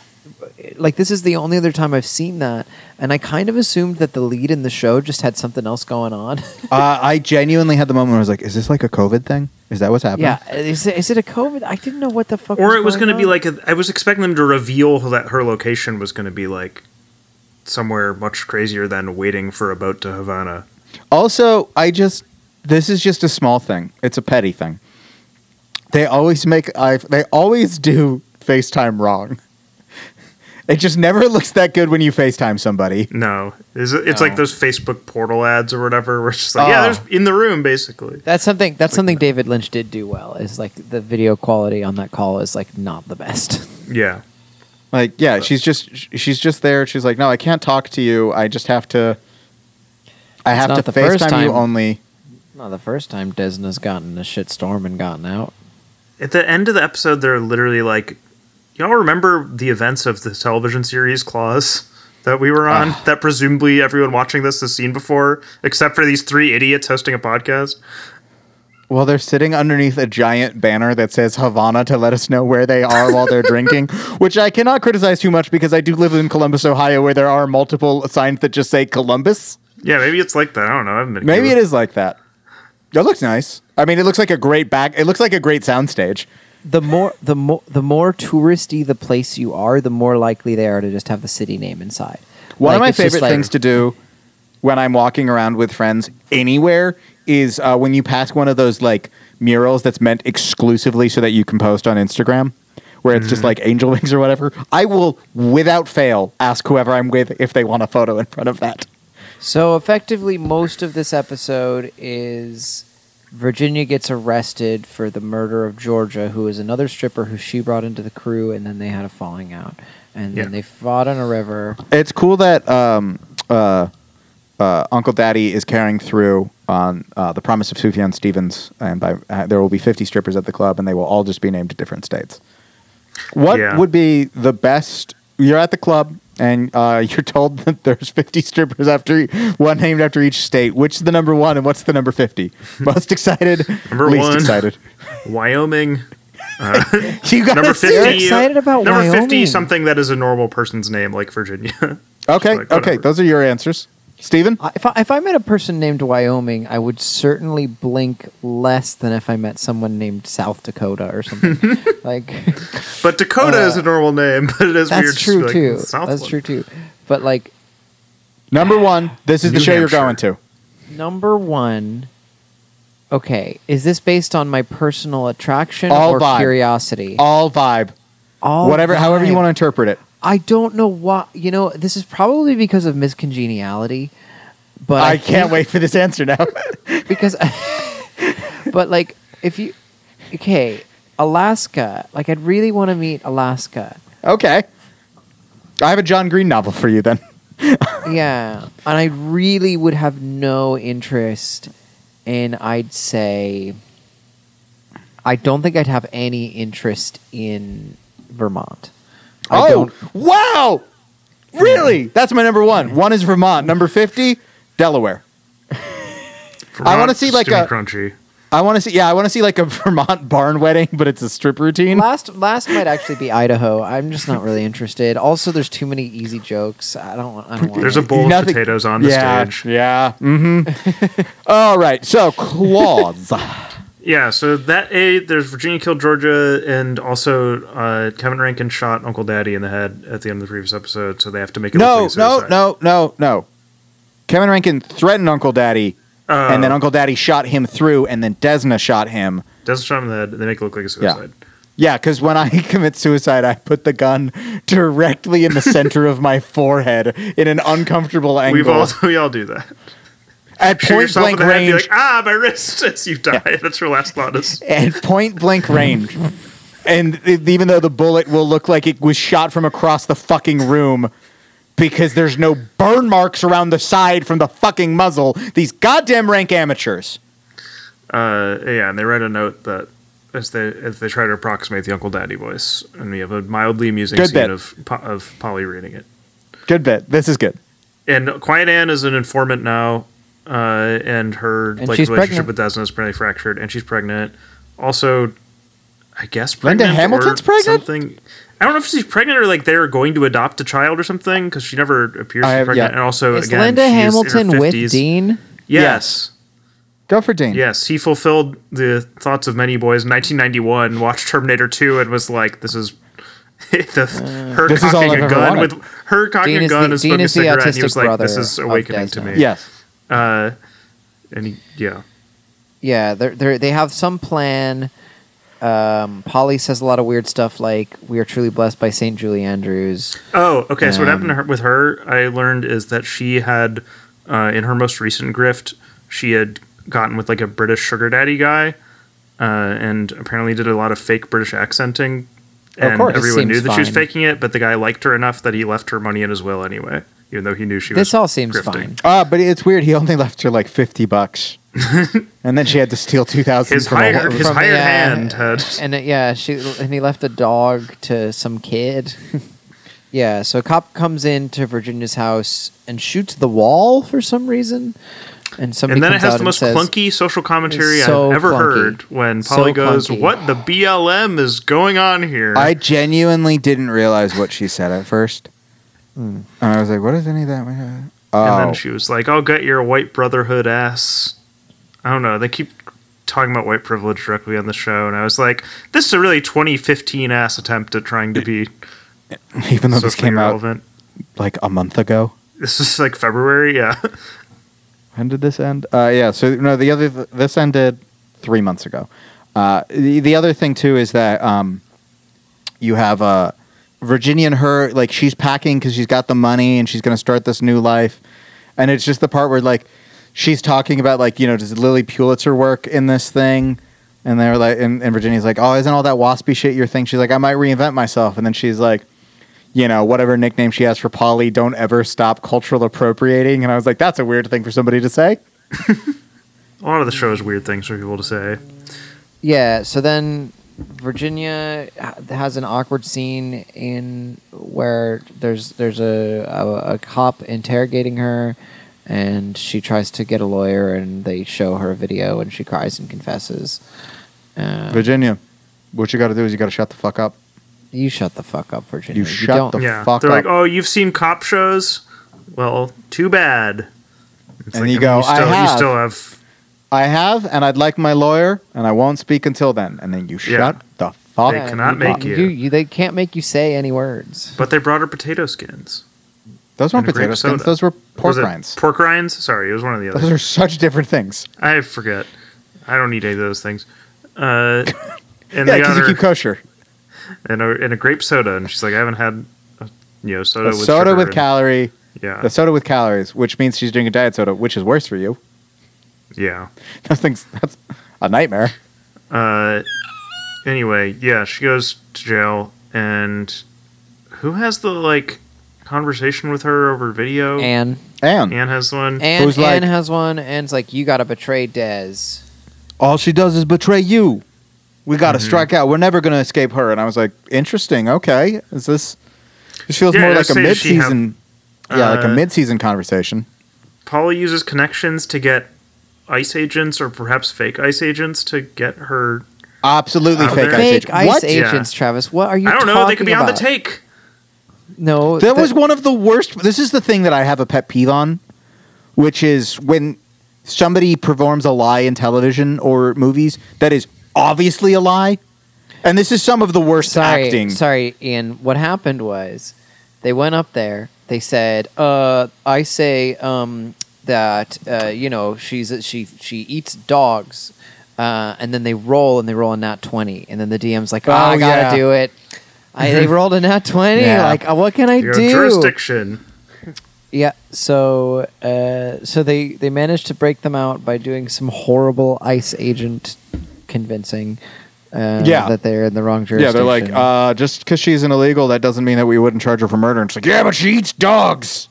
like this is the only other time I've seen that, and I kind of assumed that the lead in the show just had something else going on. Uh, I genuinely had the moment where I was like, "Is this like a COVID thing? Is that what's happening?" yeah, is it, is it a COVID? I didn't know what the fuck. Or it was going to on. be like a, I was expecting them to reveal that her location was going to be like somewhere much crazier than waiting for a boat to Havana. Also, I just this is just a small thing. It's a petty thing. They always make I they always do FaceTime wrong. It just never looks that good when you FaceTime somebody. No, is it, it's like those Facebook portal ads or whatever, where it's just like, yeah, Oh. there's in the room basically. that's something. That's something David Lynch did do well. Is like the video quality on that call is like not the best. Yeah, Like, yeah, she's just sh- she's just there. She's like, "No, I can't talk to you. I just have to I have not to the first FaceTime time. you only." not the first time Desna's gotten in a shitstorm and gotten out. at the end of the episode, they're literally like, y'all remember the events of the television series Claws that we were on? That presumably everyone watching this has seen before, except for these three idiots hosting a podcast. Well, they're sitting underneath a giant banner that says Havana to let us know where they are while they're drinking, which I cannot criticize too much because I do live in Columbus, Ohio, where there are multiple signs that just say Columbus. Yeah, maybe it's like that. I don't know. I haven't been Maybe it is like that. It looks nice. I mean, it looks like a great back. It looks like a great soundstage. The more the more the more touristy the place you are, the more likely they are to just have the city name inside. One of Like, my it's just favorite like- things to do when I'm walking around with friends anywhere is uh, when you pass one of those like murals that's meant exclusively so that you can post on Instagram, where it's just Mm-hmm. like angel wings or whatever. I will, without fail, ask whoever I'm with if they want a photo in front of that. So effectively, most of this episode is Virginia gets arrested for the murder of Georgia, who is another stripper who she brought into the crew, and then they had a falling out, and Yeah. then they fought on a river. It's cool that um, uh, uh, Uncle Daddy is carrying through on uh, the promise of Sufjan Stevens, and by uh, there will be 50 strippers at the club, and they will all just be named to different states. What Yeah. would be the best? You're at the club, and uh, you're told that there's 50 strippers after e- one named after each state. Which is the number one, and what's the number 50? Most excited, Number least one. excited. Wyoming. You got They're Number 50. excited about number 50 Wyoming. something that is a normal person's name, like Virginia. Okay, Like, okay, whatever. those are your answers, Steven? I- If I, if I met a person named Wyoming, I would certainly blink less than if I met someone named South Dakota or something. like but Dakota is a normal name, but it is weird. Uh, that's just to be true like, too. Southland. That's true too. But like Number one. This is the New show you're Hampshire. going to. number one okay is this based on my personal attraction All or vibe. curiosity All vibe. Oh, All whatever, however you vibe. want to interpret it. i don't know why you know this is probably because of miscongeniality but I can't wait for this answer now. wait because but like if you okay alaska like i'd really want to meet alaska okay. I have a John Green novel for you then. yeah and i really would have no interest in i'd say i don't think i'd have any interest in vermont oh, I don't, wow. Really? That's my number one. One is Vermont. Number 50, Delaware. I wanna Vermont see, like, Stewie a- crunchy. I want to see. Yeah, I want to see like a Vermont barn wedding, but it's a strip routine. Last last might actually be Idaho. I'm just not really interested. Also, there's too many easy jokes. I don't. want- I don't want There's it. a bowl of Nothing- potatoes on the yeah, stage. Yeah. Mm-hmm. All right. So claws. Yeah, so that a there's Virginia killed Georgia, and also uh, Kevin Rankin shot Uncle Daddy in the head at the end of the previous episode, so they have to make it no, look like a no, suicide. no, no, no. Kevin Rankin threatened Uncle Daddy, Uh, Oh. and then Uncle Daddy shot him through, and then Desna shot him. Doesn't shot him in the head. and They make it look like a suicide. Yeah, because when I commit suicide, I put the gun directly in the center of my forehead in an uncomfortable angle We've all we all do that. at Shoot point yourself in blank the head. and Be like, range. ah, my wrist. As you die, that's your last thought. Is At point blank range, and it- even though the bullet will look like it was shot from across the fucking room, because there's no burn marks around the side from the fucking muzzle. These goddamn rank amateurs. uh, yeah, and they write a note that as they as they try to approximate the Uncle Daddy voice, and we have a mildly amusing Good scene bit. of Po- of Polly reading it. Good bit. This is good. and Quiet Anne is an informant now, uh, and her like she's relationship pregnant. with Desna is pretty fractured, and she's pregnant. Also, I guess Linda pregnant Hamilton's or pregnant? Something. I don't know if she's pregnant or like they're going to adopt a child or something because she never appears to I be have- pregnant. yeah. And also, Is again, Linda she's in her Hamilton with 50s. Dean? Yes. Go for Dean. Yes, he fulfilled the thoughts of many boys in 1991, watched Terminator 2, and was like, this is. the, her This is all cocking I've a ever gun wanted. with her cocking Dean a is gun the- and Dean smoking a is the cigarette. And he autistic was like, "This brother is of awakening to Desna. me." Yes. uh, and he, yeah, Yeah, they're, they're, they have some plan. Um, Polly says a lot of weird stuff like, We are truly blessed by St. Julie Andrews. Oh, okay. so what happened to Um, her, with her? I learned is that she had, uh, in her most recent grift, she had gotten with like a British sugar daddy guy, uh, and apparently did a lot of fake British accenting. And course. This everyone knew seems that she was fine. faking it, but the guy liked her enough that he left her money in his will anyway, even though he knew she was. This all seems grifting. fine. Ah, but it's weird. He only left her like fifty bucks, and then she had to steal two thousand His from a hired, woman. his from the, hired uh, hand had. And uh, yeah, she and he left a dog to some kid. yeah, so a cop comes into Virginia's house and shoots the wall for some reason. And somebody And then it comes has out the most and says, clunky social commentary So I've ever clunky. heard when Polly So goes, clunky. What the BLM is going on here? I genuinely didn't realize what she said at first, and I was like, "What is any of that?" Hmm. And Oh, then she was like, I'll get your white brotherhood ass. I don't know. They keep talking about white privilege directly on the show. And I was like, this is a really 2015 ass attempt at trying to be even though this socially came out relevant. like a month ago. This is like February. Yeah. When did this end? Uh, yeah. So no, the other this ended three months ago. Uh, the, the other thing too is that um, you have uh, Virginia and her like she's packing because she's got the money and she's going to start this new life, and it's just the part where like she's talking about like you know does Lily Pulitzer work in this thing. And they were like, and, and Virginia's like, oh, isn't all that waspy shit your thing? She's like, I might reinvent myself. And then she's like, you know, whatever nickname she has for Polly, don't ever stop cultural appropriating. And I was like, that's a weird thing for somebody to say. A lot of the show is weird things for people to say. Yeah, so then Virginia ha- has an awkward scene in where there's there's a, a a cop interrogating her and she tries to get a lawyer and they show her a video and she cries and confesses. Uh, Virginia, what you got to do is you got to shut the fuck up. you shut the fuck up, Virginia. You shut don't- the yeah. fuck They're like, up. oh, you've seen cop shows? Well, too bad. It's And you go, "I still, have." You still have. I have, and I'd like my lawyer, and I won't speak until then. And then you Yeah. shut the fuck They Yeah, cannot up. make you. They can't make you say any words. But they brought her potato skins. Those weren't and a grape potato skins. soda. Those were pork Was it rinds. Pork rinds? Sorry, it was one of the other. Those are such different things. I forget. I don't need any of those things. Uh, and Yeah, they got because you her keep kosher. and, a, and a grape soda, and she's like, I haven't had, a, you know, soda A with soda sugar with in it." calorie, Yeah, a soda with calories, which means she's drinking diet soda, which is worse for you. yeah. Those things, that's a nightmare. Uh, anyway, yeah, she goes to jail, and who has the like conversation with her over video? Anne, And Anne has one. Anne, Who's like- Anne has one. Anne's like, you gotta betray Dez. all she does is betray you. We got to Mm-hmm. strike out. We're never going to escape her. And I was like, interesting. Okay, is this? This feels Yeah, more it like a says she mid-season. have- yeah, like a uh, mid-season conversation. Polly uses connections to get ice agents or perhaps fake ice agents to get her. Absolutely Out fake Oh, ice there. Fake agent. ice what? Yeah. agents, Travis. What are you? I don't know. They could be talking on about? the take. No, That the- was one of the worst. This is the thing that I have a pet peeve on, which is when somebody performs a lie in television or movies that is obviously a lie. And this is some of the worst sorry, acting. Sorry, Ian. What happened was they went up there. They said, uh, "I say um, that uh, you know she's she she eats dogs," uh, and then they roll and they roll a nat twenty, and then the DM's like, "Oh, I Oh, gotta yeah. do it." I, they rolled a nat twenty. Yeah. Like, uh, what can I Your do? jurisdiction. Yeah. So, uh, so they they managed to break them out by doing some horrible ice agent convincing. Uh, Yeah. that they're in the wrong jurisdiction. Yeah, they're like, uh, just because she's an illegal, that doesn't mean that we wouldn't charge her for murder. And it's like, yeah, but she eats dogs.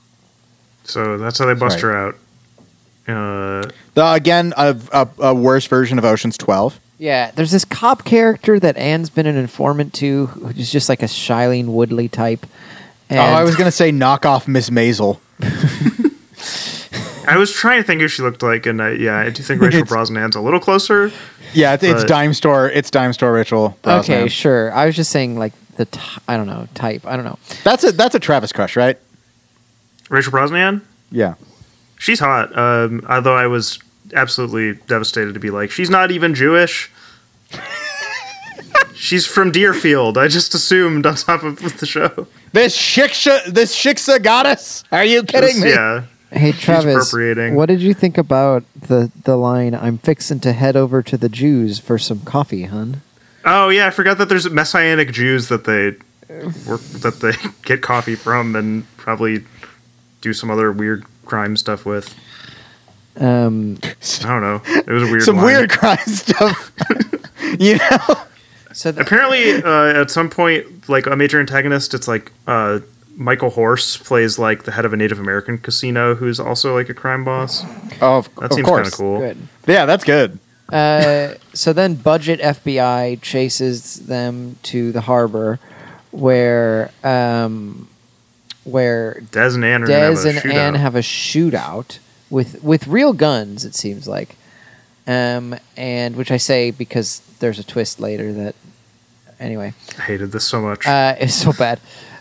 So that's how they bust Right. her out. Uh, The, again, a, a, a worse version of Ocean's 12. Yeah, there's this cop character that Anne's been an informant to, who's just like a Shailene Woodley type. And oh, I was going to say knock off Miss Maisel. I was trying to think who she looked like, and I, yeah, I do think Rachel It's- Brosnan's a little closer. Yeah, it's, it's But- dime store. It's dime store ritual. okay, sure. I was just saying like the t- I don't know type. I don't know. that's a that's a Travis crush, right? Rachel Brosnan, Yeah, she's hot. Um, although I was absolutely devastated to be like, she's not even Jewish. she's from Deerfield. I just assumed on top of the show. this shiksha, this shiksa goddess. Are you kidding me? Yeah. Hey Travis, appropriating. what did you think about the the line "I'm fixin' to head over to the Jews for some coffee, hun"? Oh yeah, I forgot that there's messianic Jews that they work that they get coffee from and probably do some other weird crime stuff with. Um, I don't know. It was a weird. Some line. weird crime stuff. you know, so th- Apparently, uh, at some point, like a major antagonist, it's like uh, Michael Horse plays like the head of a Native American casino who's also like a crime boss. of, That of seems kind course. of cool. good. Yeah, that's good. Uh, so then budget FBI chases them to the harbor where um, where Dez and Anne are gonna Dez have a and shootout. Anne have a shootout with with real guns. It seems like, um, and which I say because there's a twist later that anyway I hated this so much. uh, it's so bad.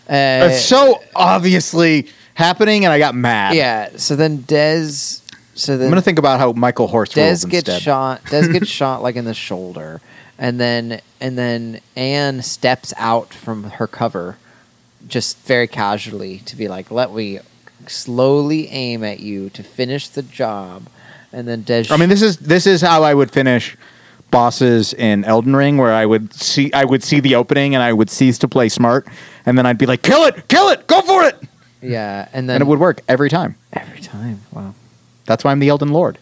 Uh, It's so obviously happening, and I got mad. yeah. So then Dez. So I'm then gonna think about how Michael Horst rules Des gets instead. shot. Des gets shot like in the shoulder, and then and then Anne steps out from her cover, just very casually to be like, "Let we slowly aim at you to finish the job," and then Des. I mean, this is this is how I would finish bosses in Elden Ring, where I would see I would see the opening and I would cease to play smart, and then I'd be like, "Kill it, kill it, go for it," yeah, and then and it would work every time. every time. Wow, That's why I'm the Elden Lord.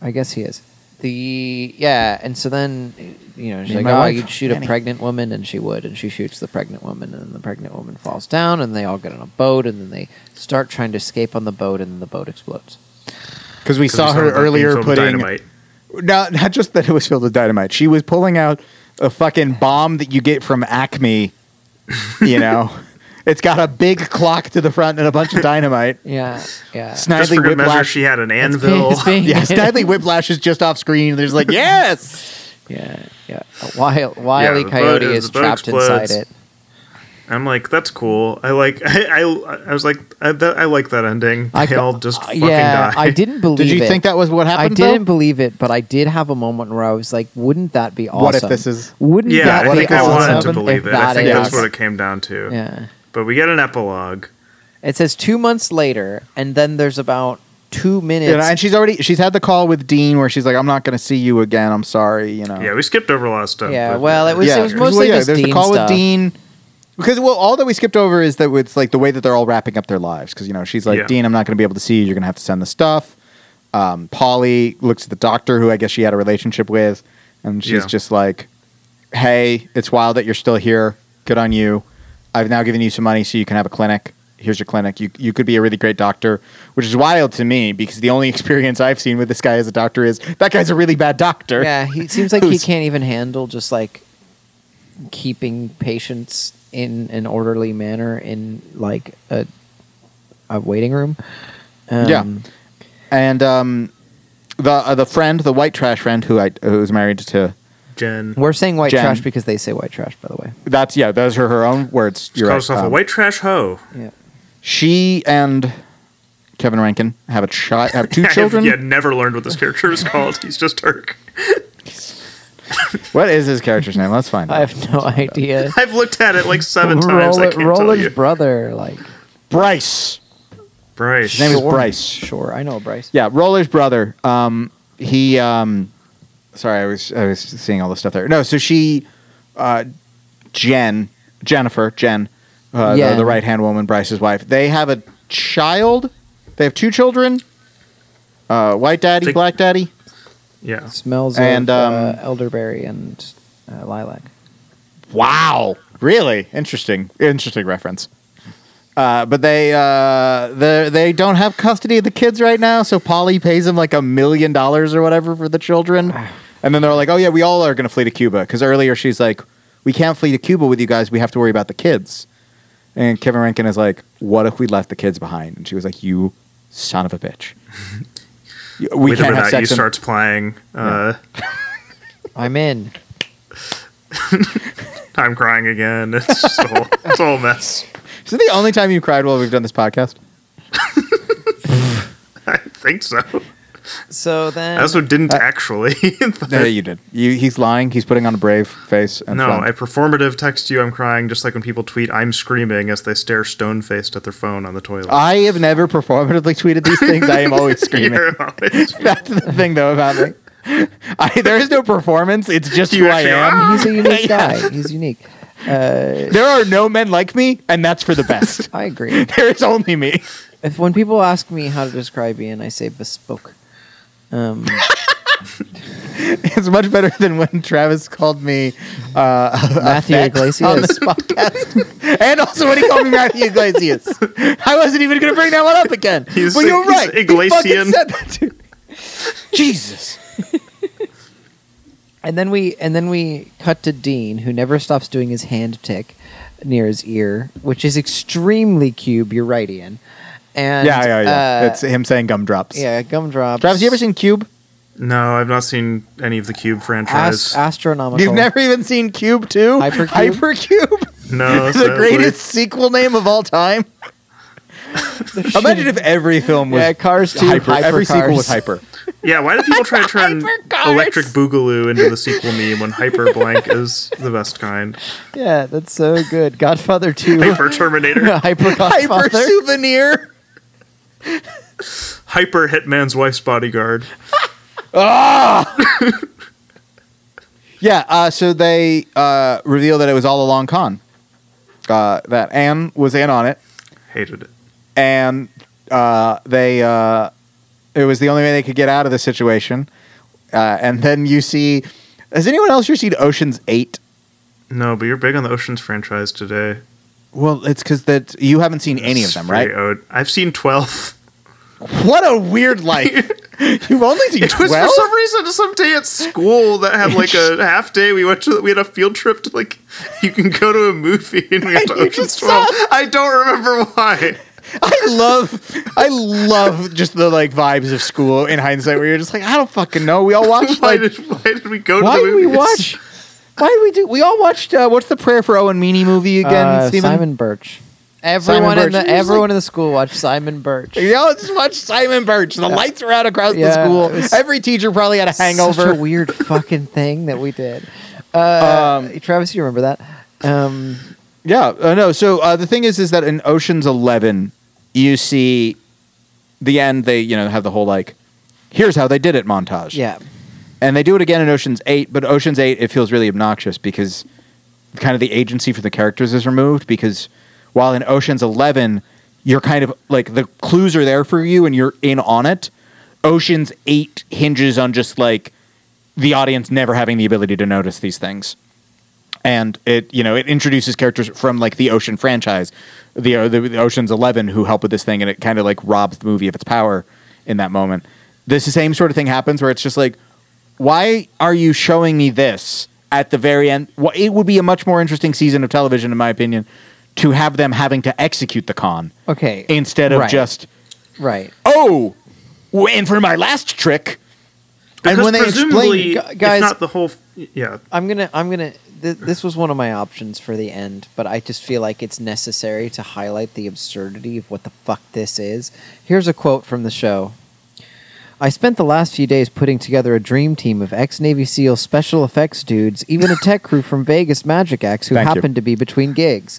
I guess he is the yeah, and so then you know she's and like, my "Oh, wife, you'd shoot a Annie." pregnant woman," and she would, and she shoots the pregnant woman, and the pregnant woman falls down, and they all get on a boat, and then they start trying to escape on the boat, and then the boat explodes. Because we 'Cause saw we her it being earlier filled with putting dynamite. no, not just that it was filled with dynamite. She was pulling out a fucking bomb that you get from Acme. You know, it's got a big clock to the front and a bunch of dynamite. Yeah, yeah. Just Snidely for good measure, Whiplash. she had an It's being- anvil. it's being- yeah, Snidely Whiplash is just off screen. There's like, yes. yeah, yeah. Wile, Wile the boat Coyote is- is the boat trapped explodes. inside it. I'm like, that's cool. I like. I I, I was like, I, that, I like that ending. I they go- all just fucking yeah, die. I didn't believe Did you it. think that was what I happened? though? didn't believe it, but I did have a moment where I was like, "Wouldn't that be awesome? What if this is- Wouldn't yeah, that I be think I awesome? wanted to if believe it. I that think is- that's what it came down to. yeah. But we get an epilogue. It says two months later, and then there's about two minutes. You know, and she's already she's had the call with Dean where she's like, "I'm not going to see you again. I'm sorry." You know. Yeah, we skipped over a lot of stuff. Yeah, but- well, it was- Oh. Yeah, mostly just there's Dean the call stuff. with Dean. Because well, all that we skipped over is that it's like the way that they're all wrapping up their lives. Because you know, she's like, Yeah. Dean, I'm not going to be able to see you. You're going to have to send the stuff. Um, Polly looks at the doctor, who I guess she had a relationship with, and she's Yeah. just like, "Hey, it's wild that you're still here. Good on you. I've now given you some money so you can have a clinic. Here's your clinic. You you could be a really great doctor, which is wild to me because the only experience I've seen with this guy as a doctor is that guy's a really bad doctor. yeah, he it seems like he Who's- can't even handle just like keeping patients in an orderly manner in like a a waiting room. Um, Yeah. And um, the uh, the friend, the white trash friend who I who was married to. Jen We're saying white Jen. trash because they say white trash, by the way. That's yeah, those are her own words. she You're calls right. herself a Um, white trash hoe. Yeah. She and Kevin Rankin have a child, have two children. I have, yeah, never learned what this character is called. He's just Turk. What is his character's name? Let's find I out. have no idea. I've looked at it like seven times. I Roland- can't tell Roland's you. brother, like Bryce. Bryce. His name Sure. is Bryce. sure, I know Bryce. Yeah, Roller's brother. Um, he. Um, sorry, I was I was seeing all this stuff there. No, so she, uh, Jen, Jennifer, Jen, uh, the, Yeah. the right hand woman, Bryce's wife. They have a child. They have two children. Uh, white daddy, Think- black daddy. yeah. Smells And, of um, uh, elderberry and uh, lilac. Wow, really interesting, interesting reference. Uh, but they uh, the they don't have custody of the kids right now, so Polly pays him like a million dollars or whatever for the children, and then they're like, "Oh yeah, we all are going to flee to Cuba." Because earlier she's like, "We can't flee to Cuba with you guys. We have to worry about the kids." And Kevin Rankin is like, "What if we left the kids behind?" And she was like, "You son of a bitch." You- We Wait a can't have minute, you sex. in- starts playing. Uh, I'm in. I'm crying again. It's just a whole, it's a whole mess. Is this the only time you cried while we've done this podcast? I think so. So then, I also Um, didn't actually. But- No, you did. You, he's lying. He's putting on a brave face. And no, front. I performative text you I'm crying just like when people tweet I'm screaming as they stare stone faced at their phone on the toilet. I have never performatively tweeted these things. I am always screaming. You're always- That's the thing, though, about me. I, there is no performance. It's just You who I actually am. he's a unique guy. He's unique. There are no men like me, and that's for the best. I agree. there is only me. If when people ask me how to describe Ian, I say bespoke. Um, It's much better than when Travis called me uh, Matthew on this Iglesias. podcast, and also when he called me Matthew Iglesias. I wasn't even going to bring that one up again. He's- but you're he's right. He fucking Iglesian. said that to me. Jesus. And then we and then we cut to Dean, who never stops doing his hand tick near his ear, which is extremely cube. You're right, Ian. And Yeah, yeah, yeah. uh, it's him saying gumdrops. yeah, gumdrops. Travis, you ever seen Cube? no, I've not seen any of the Cube Ast- franchise. astronomical? You've never even seen Cube 2? Hypercube? Hypercube? the no, sadly. greatest sequel name of all time. Imagine if every film was yeah, Cars Two. hyper. Every Hypercars. sequel was hyper. Yeah, why do people try to turn Electric Boogaloo into the sequel meme when Hyper Blank is the best kind? Yeah, that's so good. Godfather Two. Hyper Terminator, Hyper Hyper Godfather. souvenir. Hyper Hitman's Wife's Bodyguard. Yeah. Uh, so they uh, reveal that it was all a long con. Uh, that Anne was in on it, Hated it. and uh, they uh, it was the only way they could get out of the situation. Uh, and then you see, has anyone else here seen Ocean's Eight? No, but you're big on the Oceans franchise today. Well, it's because that you haven't seen any of It's them, right? pretty odd. I've seen 12. What a weird life. You've only seen It was twelve. for some reason some day at school that had like a half day. We went to we had a field trip to like you can go to a movie and we went to And you Ocean's just Twelve. saw- I don't remember why. I love, I love just the like vibes of school in hindsight, where you're just like, I don't fucking know. We all watched Why like, did why did we go why to the did we movies? watch? Why did we do? We all watched. Uh, what's the prayer for Owen Meany movie again, Uh, Stephen? Simon Birch. Everyone Birch. in the He was everyone in the school watched Simon Birch. We all just watched Simon Birch. The lights were out across Yeah, the it school. was- Every teacher probably had a hangover. Such a weird fucking thing that we did. Uh, Travis, you remember that? Um, Yeah, uh, no. So uh, the thing is, is that in Ocean's Eleven, you see the end. They you know have the whole like, here's how they did it montage. yeah, and they do it again in Ocean's Eight. But Ocean's Eight, it feels really obnoxious because kind of the agency for the characters is removed. Because while in Ocean's Eleven, you're kind of like the clues are there for you and you're in on it. Ocean's Eight hinges on just like the audience never having the ability to notice these things and it you know it introduces characters from like the Ocean franchise, the uh, the, the Ocean's Eleven who help with this thing, and it kind of like robs the movie of its power in that moment. This the same sort of thing happens where it's just like, why are you showing me this at the very end? Well, it would be a much more interesting season of television, in my opinion, to have them having to execute the con Okay. instead of Right. just right. oh, w- and for my last trick, And Because when they explain- presumably, Gu- guys- if not the whole, yeah, I'm gonna, I'm gonna. Th- this was one of my options for the end, but I just feel like it's necessary to highlight the absurdity of what the fuck this is. Here's a quote from the show. I spent the last few days putting together a dream team of ex Navy SEAL special effects dudes, even a tech crew from Vegas Magic Acts who Thank you. happened to be between gigs.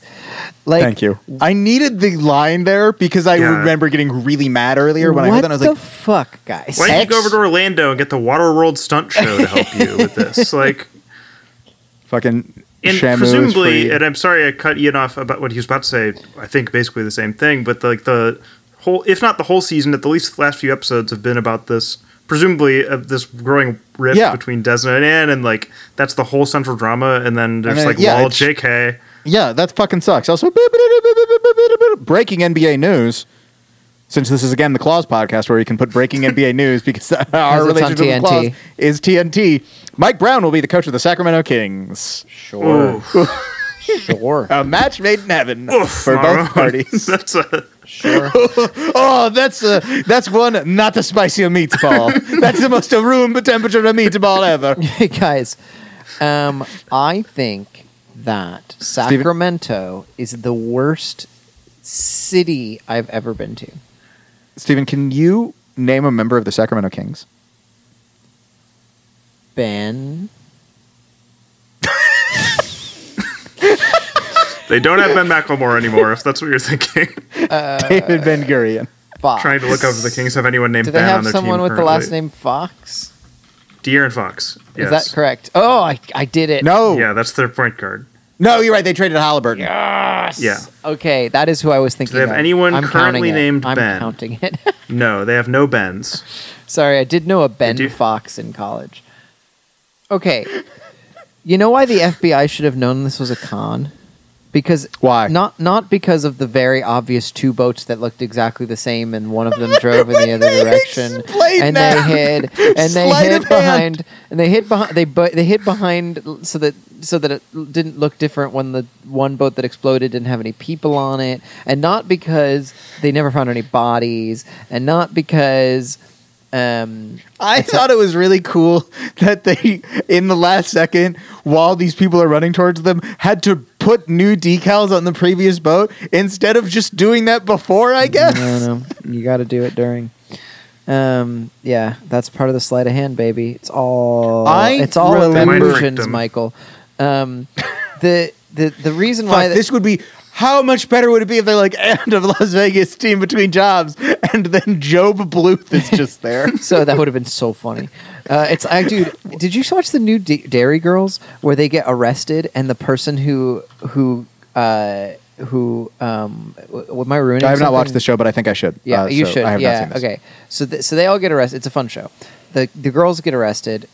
Like, Thank you. I needed the line there because I Yeah. remember getting really mad earlier when I what heard that. I was the like, fuck, guys? why don't you Sex? go over to Orlando and get the Waterworld stunt show to help you with this? Like, fucking and Shamu is presumably, free. and I'm sorry I cut Ian off about what he was about to say. I think basically the same thing, but like the whole, if not the whole season, at the least the last few episodes have been about this. Presumably, of this growing rift Yeah. between Desna and Anne, and like that's the whole central drama. And then there's then, like yeah, Wall it's- JK. Yeah, that fucking sucks. Also, boop, boop, boop, boop, boop, boop, boop, boop, boop, breaking NBA news. Since this is again the Claws podcast, where you can put breaking NBA news because our on relationship with the TNT. Claws is TNT. Mike Brown will be the coach of the Sacramento Kings. Sure. sure. A match made in heaven Oof, for Mara. both parties. that's a Sure. Oh, that's uh, that's one not the spicy meatball. that's the most room temperature of a meatball ever. guys, um, I think that Sacramento is the worst city I've ever been to. Stephen, can you name a member of the Sacramento Kings? Ben, They don't have Ben McLemore anymore, if that's what you're thinking. David Ben Gurion. Fox. Trying to look over the Kings have anyone named Uh, Do they Ben on have their someone team with the currently. last name Fox? De'Aaron Fox. Yes. Is that correct? Oh, I, I did it. No, Yeah, that's their point guard. no, you're right. They traded Halliburton. Yeah. Okay, that is who I was thinking. they have of. anyone I'm currently counting it. named I'm Ben? counting it. No, they have no Bens. Sorry, I did know a Ben do- Fox in college. Okay. you know why the FBI should have known this was a con? Because Why? Not not because of the very obvious two boats that looked exactly the same and one of them drove in the other They direction explained and that. they hid and they Sleight hid of hand. behind and they hid behind they bu- they hid behind l- so that so that it l- didn't look different when the one boat that exploded didn't have any people on it and not because they never found any bodies and not because um I thought it was really cool that they, in the last second, while these people are running towards them, had to put new decals on the previous boat instead of just doing that before, I guess. No, no, you got to do it during. Um, yeah, that's part of the sleight of hand, baby. It's all I it's all remember- illusions, Mind-freaked 'em. Michael. Um, the the the reason Fuck, why th- this would be. How much better would it be if they're like end of Las Vegas team between jobs, and then Job Bluth is just there? so that would have been so funny. Uh, it's I dude, did you watch the new D- Dairy Girls where they get arrested and the person who who uh who um w- w- am I ruining? I have not something? watched the show, but I think I should. Yeah, Uh, you so should. I have not yeah, seen this. okay. So th- so they all get arrested. It's a fun show. The the girls get arrested,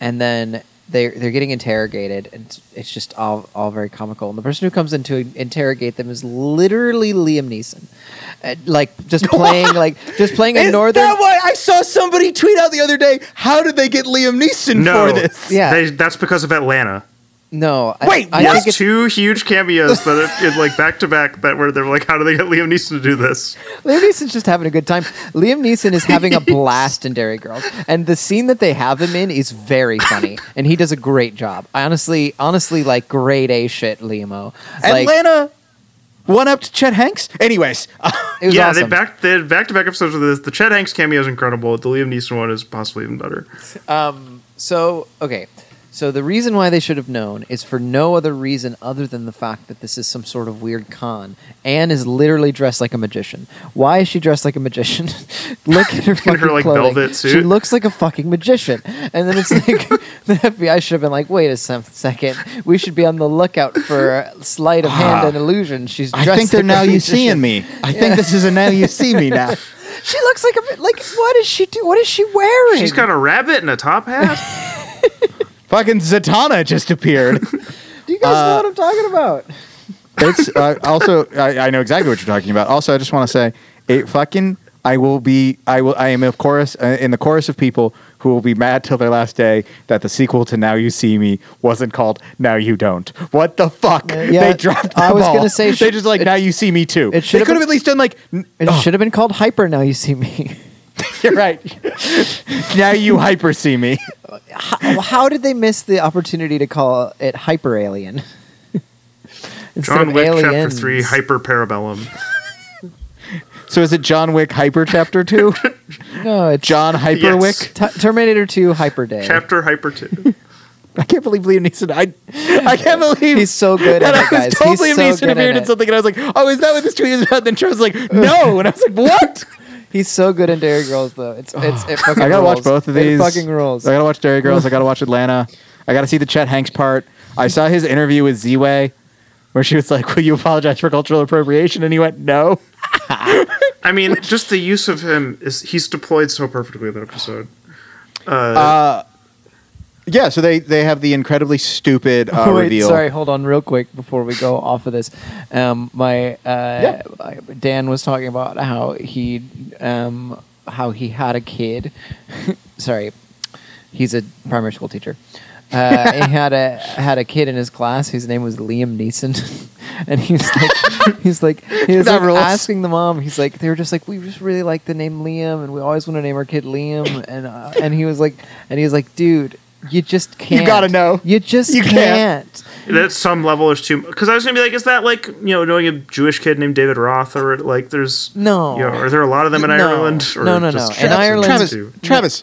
and then they they're getting interrogated, and it's- it's just all all very comical. And the person who comes in to interrogate them is literally Liam Neeson, Uh, like just playing like just playing a Is northern. that why I saw somebody tweet out the other day? How did they get Liam Neeson No, for this? Yeah. they, that's because of Atlanta. no, I- Wait, I, what? think There's it's, two huge cameos that are in, like back to back that where they're like, how do they get Liam Neeson to do this? Liam Neeson's just having a good time. Liam Neeson is having a blast in Dairy Girls, and the scene that they have him in is very funny, and he does a great job. I honestly, honestly, like grade A shit, Liam-o. Like, Atlanta one up to Chet Hanks. Anyways, It was yeah, awesome. they back they back to back episodes of this. The Chet Hanks cameo is incredible. The Liam Neeson one is possibly even better. so okay, so the reason why they should have known is for no other reason other than the fact that this is some sort of weird con. Anne is literally dressed like a magician. Why is she dressed like a magician? Look at her fucking like, clothing. velvet She suit. looks like a fucking magician. And then it's like the FBI should have been like, wait a sem- second, we should be on the lookout for sleight of hand and illusion. She's. Ah. I dressed think they're like a now you magician. seeing me. I think this is a now you see me now. She looks like a like. What is she do? What is she wearing? She's got a rabbit and a top hat. Fucking Zatanna just appeared. do you guys uh, know what I'm talking about? It's uh, also I, I know exactly what you're talking about. Also, I just want to say it fucking. I will be. I will. I am of chorus uh, in the chorus of people who will be mad till their last day that the sequel to Now You See Me wasn't called Now You Don't. What the fuck? Yeah, they dropped. The I was ball. gonna say they sh- just like it- Now You See Me too. They it should have could have been- at least done like. n- It oh, should have been called Hyper Now You See Me. You're right. now you hyper see me. Well, how did they miss the opportunity to call it Hyper Alien? Instead John of Wick Chapter aliens. Three Hyper Parabellum. So is it John Wick Hyper Chapter Two? No, it's John Hyperwick? Yes. T- Terminator 2 Hyper Day. Chapter Hyper Two. I can't believe Liam Neeson. I I can't believe He's so good that at I was it, guys. told He's Liam so Neeson good appeared at in it. something, and I was like, "Oh, is that what this tweet is about?" Then Trevor's like, "No," and I was like, "What?" He's so good in Dairy Girls, though. It's, it's, it fucking I gotta watch rules. both of It these. fucking rules. I gotta watch Dairy Girls. I gotta watch Atlanta. I gotta see the Chet Hanks part. I saw his interview with Z Way, where she was like, "Will you apologize for cultural appropriation?" And he went, "No." I mean, just the use of him is he's deployed so perfectly uh, in that episode. Yeah, so they they have the incredibly stupid uh, Oh, wait, reveal. Sorry, hold on real quick before we go off of this. Um, my uh, Dan was talking about how he um, how he had a kid. sorry, he's a primary school teacher. Uh, he had a had a kid in his class whose name was Liam Neeson, and he's like he's like he was That like rules. asking the mom. He's like they were just like we just really like the name Liam, and we always want to name our kid Liam, and uh, and he was like and he was like dude. You just can't. gotta know. You just You can't. can't. At some level, there's too because I was gonna be like, is that like you know knowing a Jewish kid named David Roth or like there's No. you know, are there a lot of them in No. Ireland? Or No, no, no. just- In Ireland- Travis, Too. Travis,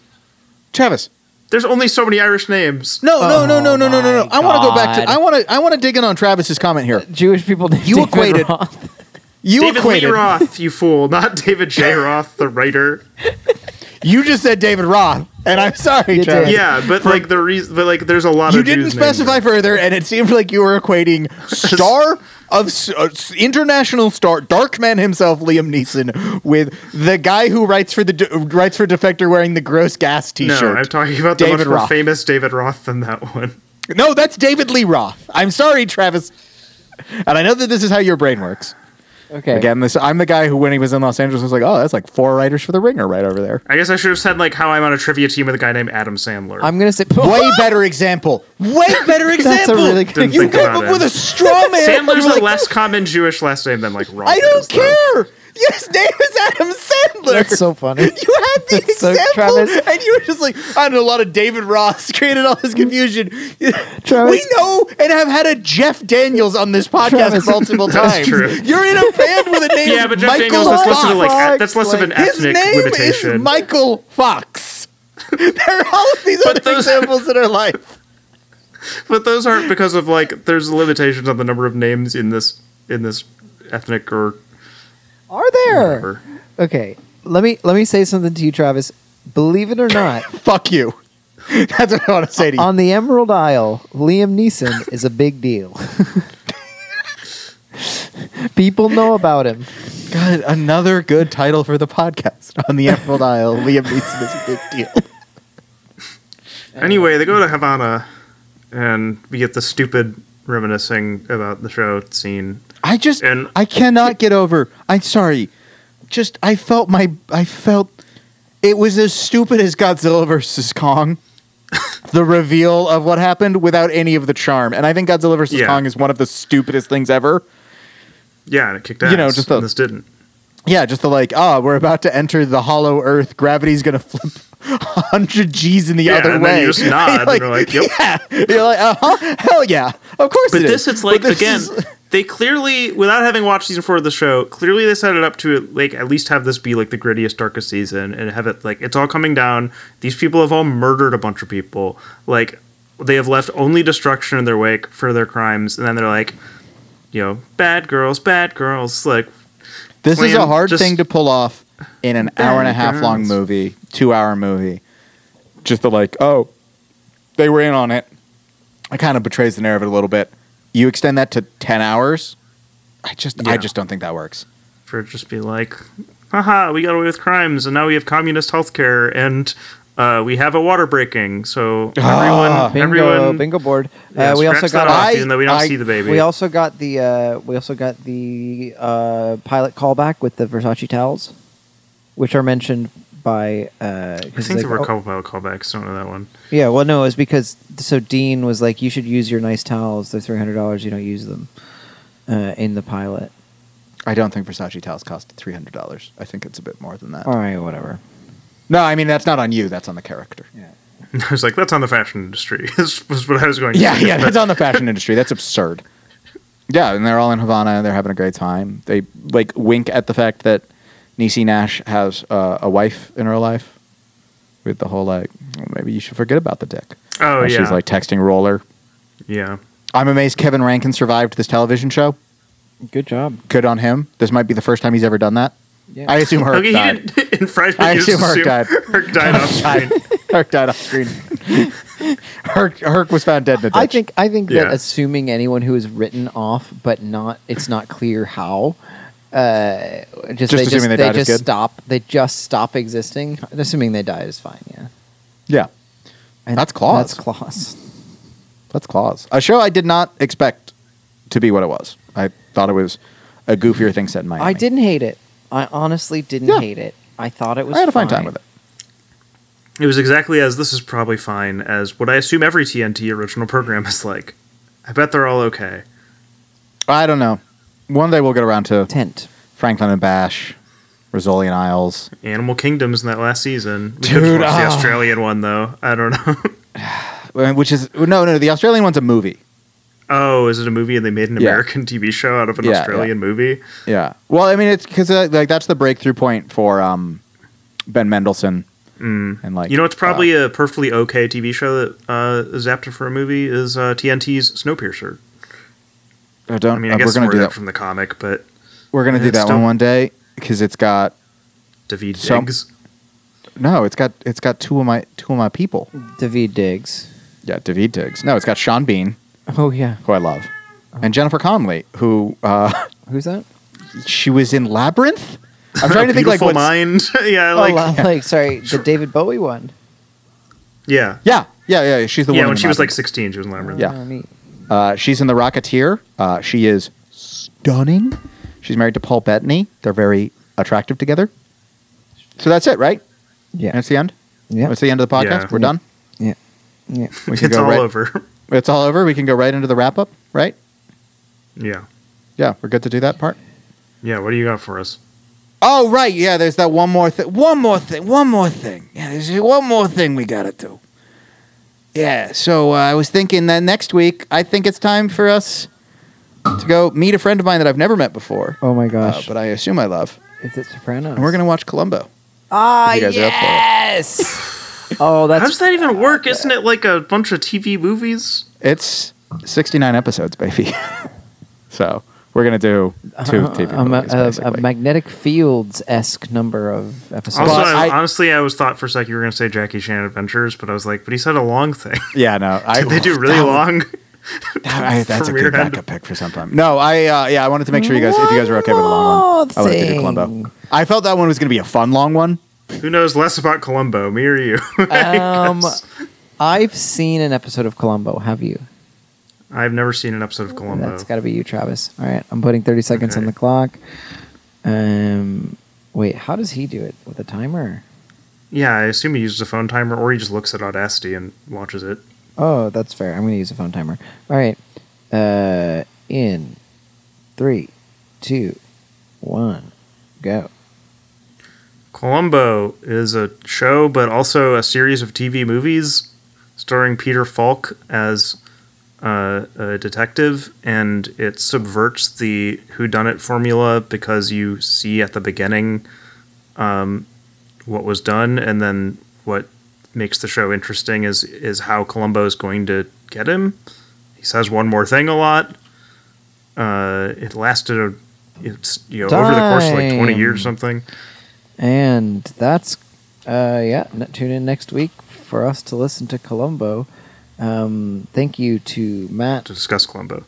Travis. There's only so many Irish names. No, no, no, no, no, no, no, no. Oh my I want to go back to. God. I want to. I want to dig in on Travis's comment here. Jewish people. named You David equated- Roth. You David equated. Lee Roth, you fool, not David J. Roth, the writer. You just said David Roth, and I'm sorry, You Travis. did. Yeah, but like the reason, but like there's a lot You of didn't Jews named specify further, and it seemed like you were equating star of s- uh, s- international star Dark Man himself, Liam Neeson, with the guy who writes for the de- writes for Defector wearing the gross gas No, T-shirt. I'm talking about the David much more Roth. famous David Roth than that one. No, that's David Lee Roth. I'm sorry, Travis. And I know that this is how your brain works. Okay. Again, this I'm the guy who, when he was in Los Angeles, was like, "Oh, that's like four writers for the Ringer right over there." I guess I should have said like how I'm on a trivia team with a guy named Adam Sandler. I'm gonna say. Way better example. Way better That's example. a really good. Didn't you think came about up it. with a straw man. Sandler's You're like, a less common Jewish last name than like Roth. I is, don't though. care. Yes, name is Adam Sandler. That's so funny. You had the That's so example, Travis. and you were just like, I know a lot of David Ross created all this confusion. Travis- We know and have had a Jeff Daniels on this podcast Travis- multiple That's times. true. You're in a band with a name Yeah, but Jeff Michael Daniels that's less Fox. of a, like Fox, a- that's less of an His ethnic name limitation. is Michael Fox. there are all of these But other those- examples in our life. but those aren't because of like there's limitations on the number of names in this in this ethnic or Are there? whatever. Okay. Let me let me say something to you, Travis. Believe it or not, Fuck you. That's what I want to say to you. on the Emerald Isle, Liam Neeson is a big deal. People know about him. God, another good title for the podcast. On the Emerald Isle, Liam Neeson is a big deal. Anyway, they go to Havana, and we get the stupid reminiscing about the show scene. I just And- I cannot get over. I'm sorry. Just I felt my I felt it was as stupid as Godzilla versus Kong. the reveal of what happened without any of the charm. And I think Godzilla versus Yeah. Kong is one of the stupidest things ever. Yeah, and it kicked ass. You know, just the- and this didn't. Yeah, just the like, ah, we're about to enter the hollow earth. Gravity's gonna flip 100 G's in the Yeah, other and way. then you just nod, and Like, you're like, yep. Yeah. You're like, uh-huh, hell yeah. Of course But it is. this, it's like But this again, is- they clearly, without having watched season four of the show, clearly they set it up to like at least have this be like the grittiest, darkest season, and have it like it's all coming down. These people have all murdered a bunch of people. Like they have left only destruction in their wake for their crimes, and then they're like, you know, bad girls, bad girls. Like This is a Liam, hard just- thing to pull off in an hour and a half long Backgrounds. movie, two hour movie. Just the like, oh, they were in on it. It kind of betrays the narrative a little bit. You extend that to ten hours. I just, I Yeah. just don't think that works. for it just be like, haha, we got away with crimes, and now we have communist healthcare, and uh, we have a water breaking. So everyone, Bingo, Ah, everyone, bingo board. Yeah, uh, we also scratch got. that off, I- even though we don't I- see the baby. We also got the uh, we also got the uh, pilot callback with the Versace towels, which are mentioned by. Uh, I 'cause think like, there were oh, a couple of callbacks. Don't know that one. Yeah, well, no, it was because so Dean was like, "You should use your nice towels. They're three hundred dollars. You don't use them." Uh, in the pilot. I don't think Versace towels cost three hundred dollars. I think it's a bit more than that. All right, whatever. No, I mean that's not on you. That's on the character. Yeah, I was like, that's on the fashion industry. This was what I was going. yeah, to say, but- that's on the fashion industry. That's absurd. Yeah, and they're all in Havana. and They're having a great time. They like wink at the fact that Niecy Nash has uh, a wife in her life, with the whole like, "Well, maybe you should forget about the dick. Oh And yeah, she's like texting Roller. yeah. I'm amazed Kevin Rankin survived this television show. Good job. Good on him. This might be the first time he's ever done that. Yeah. I assume Herc okay, died. he didn't. In Friday, I you just assume Herc assume died. Herc died off screen. Herc died off screen. Herc, Herc was found dead in the ditch. I think I think Yeah. that assuming anyone who is written off, but not it's not clear how. Uh, just, Just they assuming just, they they, died is just good? stop. They just stop existing. Assuming they died is fine. Yeah, Yeah, And That's Claws. That's claws. that's Claws. A show I did not expect to be what it was. I thought it was a goofier thing set in Miami. I didn't hate it. I honestly didn't Yeah. hate it. I thought it was. I had a fine fine time with it. It was exactly as this is probably fine as what I assume every TNT original program is like. I bet they're all okay. I don't know. One day we'll get around to Tent. Franklin and Bash, Rizzoli and Isles. Animal Kingdoms in that last season. We could have Dude, watched the ah. Australian one though. I don't know. Uh, Which is no, no. The Australian one's a movie. oh, is it a movie and they made an Yeah. American TV show out of an Yeah, yeah. Australian movie? Yeah. Well, I mean, it's because uh, like that's the breakthrough point for um, Ben Mendelsohn. Mm. And like You know, it's probably a perfectly okay TV show that uh, is adapted for a movie is uh, TNT's Snowpiercer. uh, don't. I mean, uh, I we're guess gonna we're do that. from the comic, but We're gonna do It's that one still- one day because it's got David So- Diggs. no, it's got it's got two of my two of my people. David Diggs. Yeah, David Diggs. No, it's got Sean Bean, Oh yeah. who I love, and Jennifer Connelly, who uh, Who's that? she was in Labyrinth. I'm trying to think like Beautiful what's mind. yeah, Oh, like la- like sorry, the David Bowie one. yeah, yeah, yeah, yeah. yeah, She's the yeah. one When in she was like Labyrinth. 16, she was in Labyrinth. Yeah. Oh, neat. uh, she's in The Rocketeer. Uh, she is stunning. She's married to Paul Bettany. They're very attractive together. So that's it, right? Yeah. That's the end. Yeah. That's the end of the podcast. Yeah. We're done. Yeah. Yeah. We It's all right- over. It's all over. We can go right into the wrap up, right? yeah, Yeah, we're good to do that part. yeah. What do you got for us? Oh right, yeah. There's that one more thing. One more thing. One more thing. Yeah, there's one more thing we gotta do. Yeah. So uh, I was thinking that next week, I think it's time for us to go meet a friend of mine that I've never met before, Oh my uh, gosh. but I assume I love, Is it Sopranos? and we're gonna watch Columbo. Ah You guys are up for it. yes. oh, How that's does that uh, even work? Isn't it like a bunch of TV movies? It's 69 episodes, baby. so we're gonna do two Uh-huh. TV a, ma- movies, uh, a- a basically. magnetic fields esque number of episodes. Also, But I, I- honestly, I was thought for a sec you were going to say Jackie Chan Adventures, but I was like, but he said a long thing. yeah, no. I, Did they do really long? I, that's a Premiere good end. backup pick for sometime. No, I uh, yeah, I wanted to make sure you guys if you guys were okay with a long one. One I wanted to do more Columbo. thing. I felt that one was going to be a fun long one. Who knows less about Columbo, me or you? Um, 'Cause I've seen an episode of Columbo. Have you? I've never seen an episode of Columbo. That's got to be you, Travis. All right, I'm putting 30 seconds on Okay. the clock. Um, wait, how does he do it with a timer? yeah, I assume he uses a phone timer, or he just looks at Audacity and watches it. Oh, that's fair. I'm going to use a phone timer. All right. Uh, in three, two, one, go. Columbo is a show, but also a series of TV movies starring Peter Falk as uh, a detective, and it subverts the whodunit formula because you see at the beginning um, what was done, and then what makes the show interesting is is how Columbo is going to get him. He says one more thing a lot. Uh, it lasted, a, it's you know, over the course of like twenty Time. years or something. And that's, uh, yeah, n- tune in next week for us to listen to Columbo. Um, thank you to Matt. to discuss Columbo.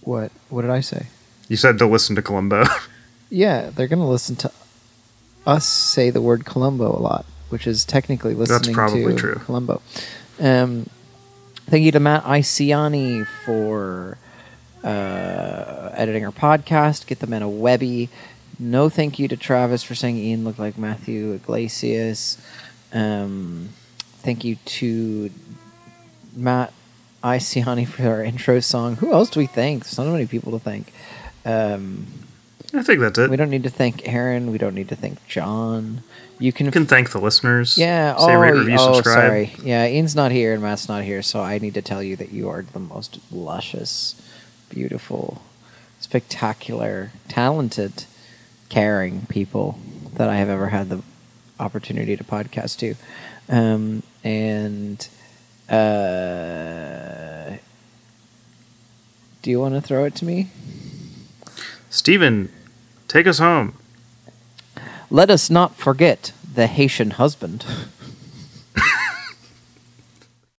What, what did I say? You said to listen to Columbo. Yeah, they're going to listen to us say the word Columbo a lot, which is technically listening probably to true. Columbo. Um, thank you to Matt Iciani for uh, editing our podcast. Get them in a Webby. No thank you to Travis for saying Ian looked like Matthew Iglesias. Um, thank you to Matt Iciani for our intro song. Who else do we thank? There's not many people to thank. Um, I think that's it. We don't need to thank Aaron. We don't need to thank John. You can, You can thank the listeners. yeah. Say oh, rate, review, oh, subscribe. sorry. Yeah, Ian's not here and Matt's not here, so I need to tell you that you are the most luscious, beautiful, spectacular, talented, caring people that I have ever had the opportunity to podcast to, um, and. Uh, do you want to throw it to me? Steven, take us home. Let us not forget the Haitian husband.